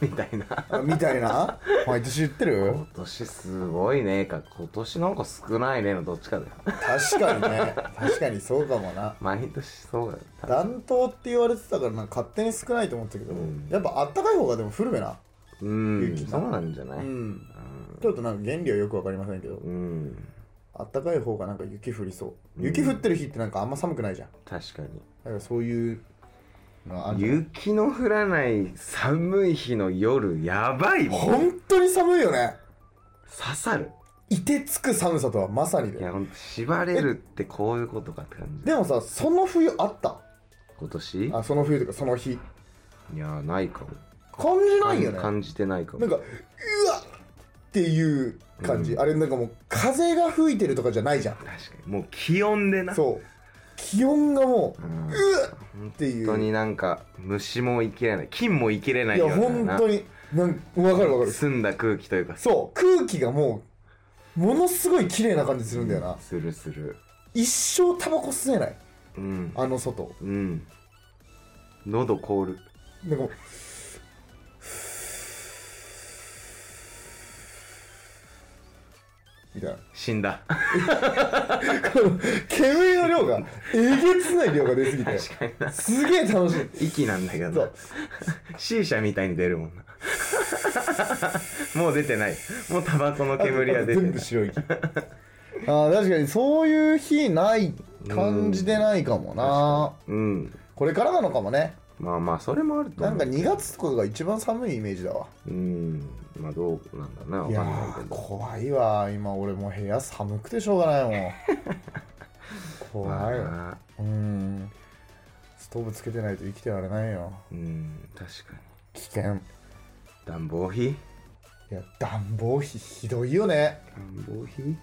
[SPEAKER 4] みたいな
[SPEAKER 3] あみたい [laughs] な毎年言ってる
[SPEAKER 4] 今年すごいねか今年なんか少ないねのどっちかだよ [laughs]
[SPEAKER 3] 確かにね確かにそうかもな
[SPEAKER 4] 毎年そうだよ多分
[SPEAKER 3] 暖冬って言われてたからなんか勝手に少ないと思ったけど、
[SPEAKER 4] うん
[SPEAKER 3] やっぱあったかい方がでも古めな
[SPEAKER 4] うん
[SPEAKER 3] 雪な
[SPEAKER 4] そうなんじゃな
[SPEAKER 3] う
[SPEAKER 4] いうん
[SPEAKER 3] んちょっとなんか原理はよくわかりませんけど
[SPEAKER 4] うん
[SPEAKER 3] あったかい方がなんか雪降りそう
[SPEAKER 4] うん
[SPEAKER 3] 雪降ってる日ってなんかあんま寒くないじゃん
[SPEAKER 4] 確かに
[SPEAKER 3] だからそういうのあるじゃん
[SPEAKER 4] 雪の降らない寒い日の夜やばいもん
[SPEAKER 3] 本当に寒いよね
[SPEAKER 4] 刺さる
[SPEAKER 3] 凍てつく寒さとはまさに
[SPEAKER 4] い
[SPEAKER 3] で
[SPEAKER 4] やほんと縛れるってこういうことかって感じ
[SPEAKER 3] でもさその冬あった
[SPEAKER 4] 今年
[SPEAKER 3] あその冬とかその日
[SPEAKER 4] いやないかも
[SPEAKER 3] 感じないよね
[SPEAKER 4] 感じてないかも
[SPEAKER 3] なんかうわっっていう感じ、
[SPEAKER 4] うん
[SPEAKER 3] あれなんかもう風が吹いてるとかじゃないじゃん
[SPEAKER 4] 確かにもう気温でな
[SPEAKER 3] そう気温がも
[SPEAKER 4] う
[SPEAKER 3] うう
[SPEAKER 4] ん、本
[SPEAKER 3] わっっていう
[SPEAKER 4] 当になんか虫も生きれない菌も生きれない
[SPEAKER 3] い
[SPEAKER 4] よ
[SPEAKER 3] や
[SPEAKER 4] うな
[SPEAKER 3] 本当になん分かる分かる
[SPEAKER 4] 澄んだ空気というか
[SPEAKER 3] そう空気がもうものすごい綺麗な感じするんだよな、
[SPEAKER 4] するする
[SPEAKER 3] 一生タバコ吸えない
[SPEAKER 4] うん
[SPEAKER 3] あの外
[SPEAKER 4] うん喉凍る
[SPEAKER 3] なんかもうみたいな [laughs]
[SPEAKER 4] 死んだ
[SPEAKER 3] この煙の量がえげつない量が出すぎて
[SPEAKER 4] 確かにな
[SPEAKER 3] すげえ楽しい
[SPEAKER 4] 息なんだけど
[SPEAKER 3] そ
[SPEAKER 4] な
[SPEAKER 3] う
[SPEAKER 4] [laughs] C 社みたいに出るもんなもう出てないもうタバコの煙は出て
[SPEAKER 3] 全
[SPEAKER 4] な
[SPEAKER 3] 部
[SPEAKER 4] い
[SPEAKER 3] 白い息あー確かにそういう日ない感じでないかもな
[SPEAKER 4] うん
[SPEAKER 3] これからなのかもね
[SPEAKER 4] まあまあそれもあると
[SPEAKER 3] な
[SPEAKER 4] 思うん
[SPEAKER 3] か2月とかが一番寒いイメージだわ
[SPEAKER 4] うんまあどうなんだろうなわ
[SPEAKER 3] い
[SPEAKER 4] か
[SPEAKER 3] や
[SPEAKER 4] んないけ
[SPEAKER 3] ー
[SPEAKER 4] ど
[SPEAKER 3] 怖いわ今俺もう部屋寒くてしょうがない
[SPEAKER 4] [laughs]
[SPEAKER 3] もん怖いわ
[SPEAKER 4] まあ
[SPEAKER 3] うんストーブつけてないと生きてられないよ
[SPEAKER 4] うん確かに
[SPEAKER 3] 危険
[SPEAKER 4] 暖房費
[SPEAKER 3] いや暖房費ひどいよね
[SPEAKER 4] 暖房費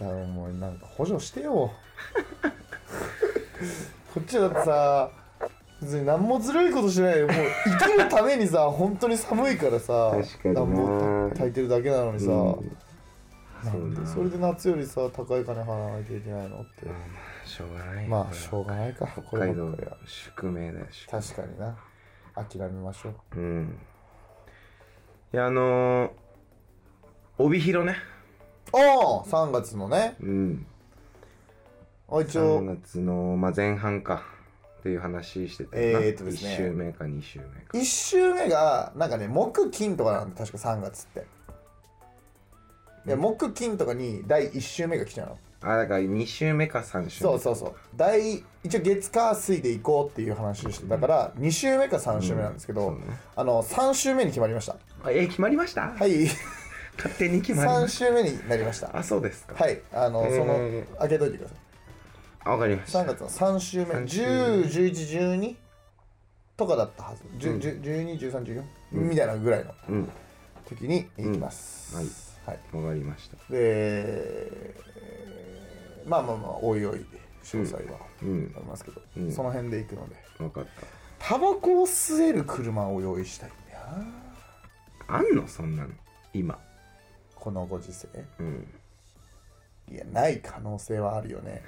[SPEAKER 3] だからもうなんか補助してよ [laughs] こっちはだってさ別に何もずるいことしないよもう生きるためにさ本当に寒いからさ
[SPEAKER 4] 確かにな
[SPEAKER 3] 暖房焚いてるだけなのにさ、
[SPEAKER 4] うん
[SPEAKER 3] なんで
[SPEAKER 4] そうな
[SPEAKER 3] それで夏よりさ高い金払わなきゃいけないのって
[SPEAKER 4] まあまあしょうがない
[SPEAKER 3] まあしょうがないかこ
[SPEAKER 4] 北
[SPEAKER 3] れ
[SPEAKER 4] 海
[SPEAKER 3] ばっ
[SPEAKER 4] 道
[SPEAKER 3] かりは
[SPEAKER 4] 宿命だし
[SPEAKER 3] 確かにな諦めましょう
[SPEAKER 4] うんいやあのー、帯広ね
[SPEAKER 3] おお3月のね
[SPEAKER 4] うん
[SPEAKER 3] あ一
[SPEAKER 4] 3
[SPEAKER 3] 応
[SPEAKER 4] 月の、まあ、前半かっていう話してて
[SPEAKER 3] えーっとですね
[SPEAKER 4] 1週目か2週目か
[SPEAKER 3] 1週目がなんかね木金とかなんで確か3月っていや木金とかに第1週目が来ちゃうの
[SPEAKER 4] あだから2週目か3週目
[SPEAKER 3] そうそうそう第一応月火水で行こうっていう話をしてたから2週目か3週目なんですけど、
[SPEAKER 4] うんそうね
[SPEAKER 3] あの3週目に決まりました
[SPEAKER 4] あえー決まりました、
[SPEAKER 3] はい
[SPEAKER 4] 勝手に決まり
[SPEAKER 3] 3
[SPEAKER 4] ました
[SPEAKER 3] 週目になりましたは
[SPEAKER 4] あそうですか
[SPEAKER 3] いあのその
[SPEAKER 4] え
[SPEAKER 3] 開けといてください
[SPEAKER 4] あわかりました
[SPEAKER 3] 3月の3週目
[SPEAKER 4] 3週
[SPEAKER 3] 101112とかだったはず121314、みたいなぐらいの
[SPEAKER 4] うん
[SPEAKER 3] 時に行きます、
[SPEAKER 4] うん
[SPEAKER 3] はい、
[SPEAKER 4] わかりました
[SPEAKER 3] でまあまあまあおいおい詳細はあ
[SPEAKER 4] うん
[SPEAKER 3] りますけど、
[SPEAKER 4] うん
[SPEAKER 3] その辺で行くので
[SPEAKER 4] わかっ
[SPEAKER 3] タバコを吸える車を用意したいんだよな
[SPEAKER 4] たあんのそんなの今
[SPEAKER 3] このご時世
[SPEAKER 4] うん
[SPEAKER 3] いやない可能性はあるよ
[SPEAKER 4] [laughs]
[SPEAKER 3] ね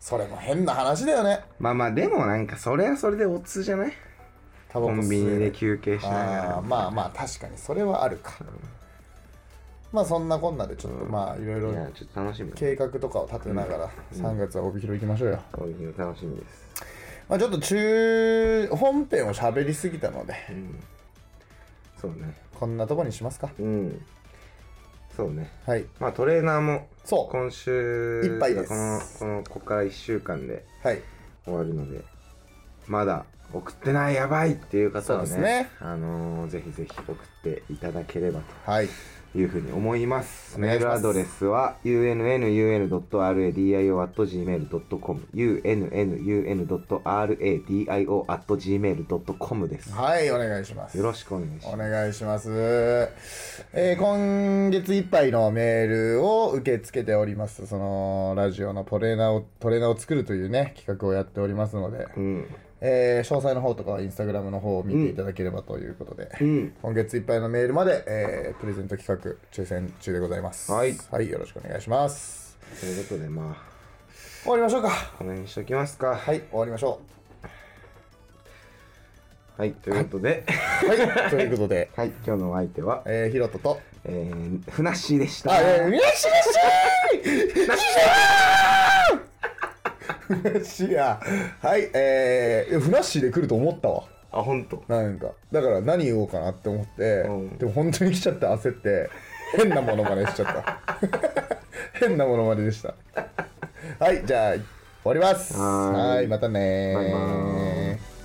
[SPEAKER 3] それも変な話だよね
[SPEAKER 4] まあまあでもなんかそれはそれでオツじゃない
[SPEAKER 3] タバ
[SPEAKER 4] コ
[SPEAKER 3] コ吸える
[SPEAKER 4] ンビニで休憩しなが
[SPEAKER 3] あ
[SPEAKER 4] ら
[SPEAKER 3] ーまあまあ確かにそれはあるか、まあそんなこんなでちょっとまあいろい
[SPEAKER 4] い
[SPEAKER 3] ろ
[SPEAKER 4] やちょっと楽しみだ
[SPEAKER 3] 計画とかを立てながら3月は帯広行きましょうよ、
[SPEAKER 4] 帯広楽しみです
[SPEAKER 3] まあちょっと中本編を喋りすぎたので
[SPEAKER 4] うんそうね
[SPEAKER 3] こんなとこにしますか
[SPEAKER 4] うんそうね
[SPEAKER 3] はい
[SPEAKER 4] まあトレーナーも
[SPEAKER 3] そう
[SPEAKER 4] 今週
[SPEAKER 3] いっぱいです
[SPEAKER 4] このこのここから1週間で
[SPEAKER 3] はい
[SPEAKER 4] 終わるのでまだ送ってないやばいっていう方はね
[SPEAKER 3] そうですね
[SPEAKER 4] あのーぜひぜひ送っていただければ
[SPEAKER 3] はい。
[SPEAKER 4] というふうに思います
[SPEAKER 3] お
[SPEAKER 4] メ
[SPEAKER 3] 願い
[SPEAKER 4] ー
[SPEAKER 3] し
[SPEAKER 4] ル
[SPEAKER 3] ま
[SPEAKER 4] ア
[SPEAKER 3] す
[SPEAKER 4] ドレスは unnun.radio.gmail.com unnun.radio.gmail.com です
[SPEAKER 3] はい、お願いします。
[SPEAKER 4] よろしくお願いします
[SPEAKER 3] お願いします。えー今月いっぱいのメールを受け付けております。その、ラジオのトレーナーを、トレーナーを作るというね、企画をやっておりますので、
[SPEAKER 4] うん
[SPEAKER 3] えー詳細の方とかはインスタグラムの方を見ていただければということで、
[SPEAKER 4] うん
[SPEAKER 3] 今月いっぱいのメールまで、えープレゼント企画、抽選中でございます。
[SPEAKER 4] はい
[SPEAKER 3] はい、よろしくお願いします。
[SPEAKER 4] ということでま
[SPEAKER 3] 終わりましょうか。
[SPEAKER 4] あこの辺にしときますか
[SPEAKER 3] はい、終わりましょ
[SPEAKER 4] はいということで
[SPEAKER 3] う。はい、ということで、
[SPEAKER 4] はい今日のお相手は
[SPEAKER 3] えー、ひろとと、
[SPEAKER 4] えー、ふなっしーでした
[SPEAKER 3] あ、えー、うらしらしいふなっしーや。はい、えー、ふなっしーで来ると思ったわ。
[SPEAKER 4] あ本当
[SPEAKER 3] なんか。だから何言おうかなって思って、
[SPEAKER 4] うん
[SPEAKER 3] でも本当に来ちゃって焦って、変なものまねしちゃった。変なものまねでした。はい、じゃあ、終わります。
[SPEAKER 4] はーい
[SPEAKER 3] はーい、またねー
[SPEAKER 4] バイバーイ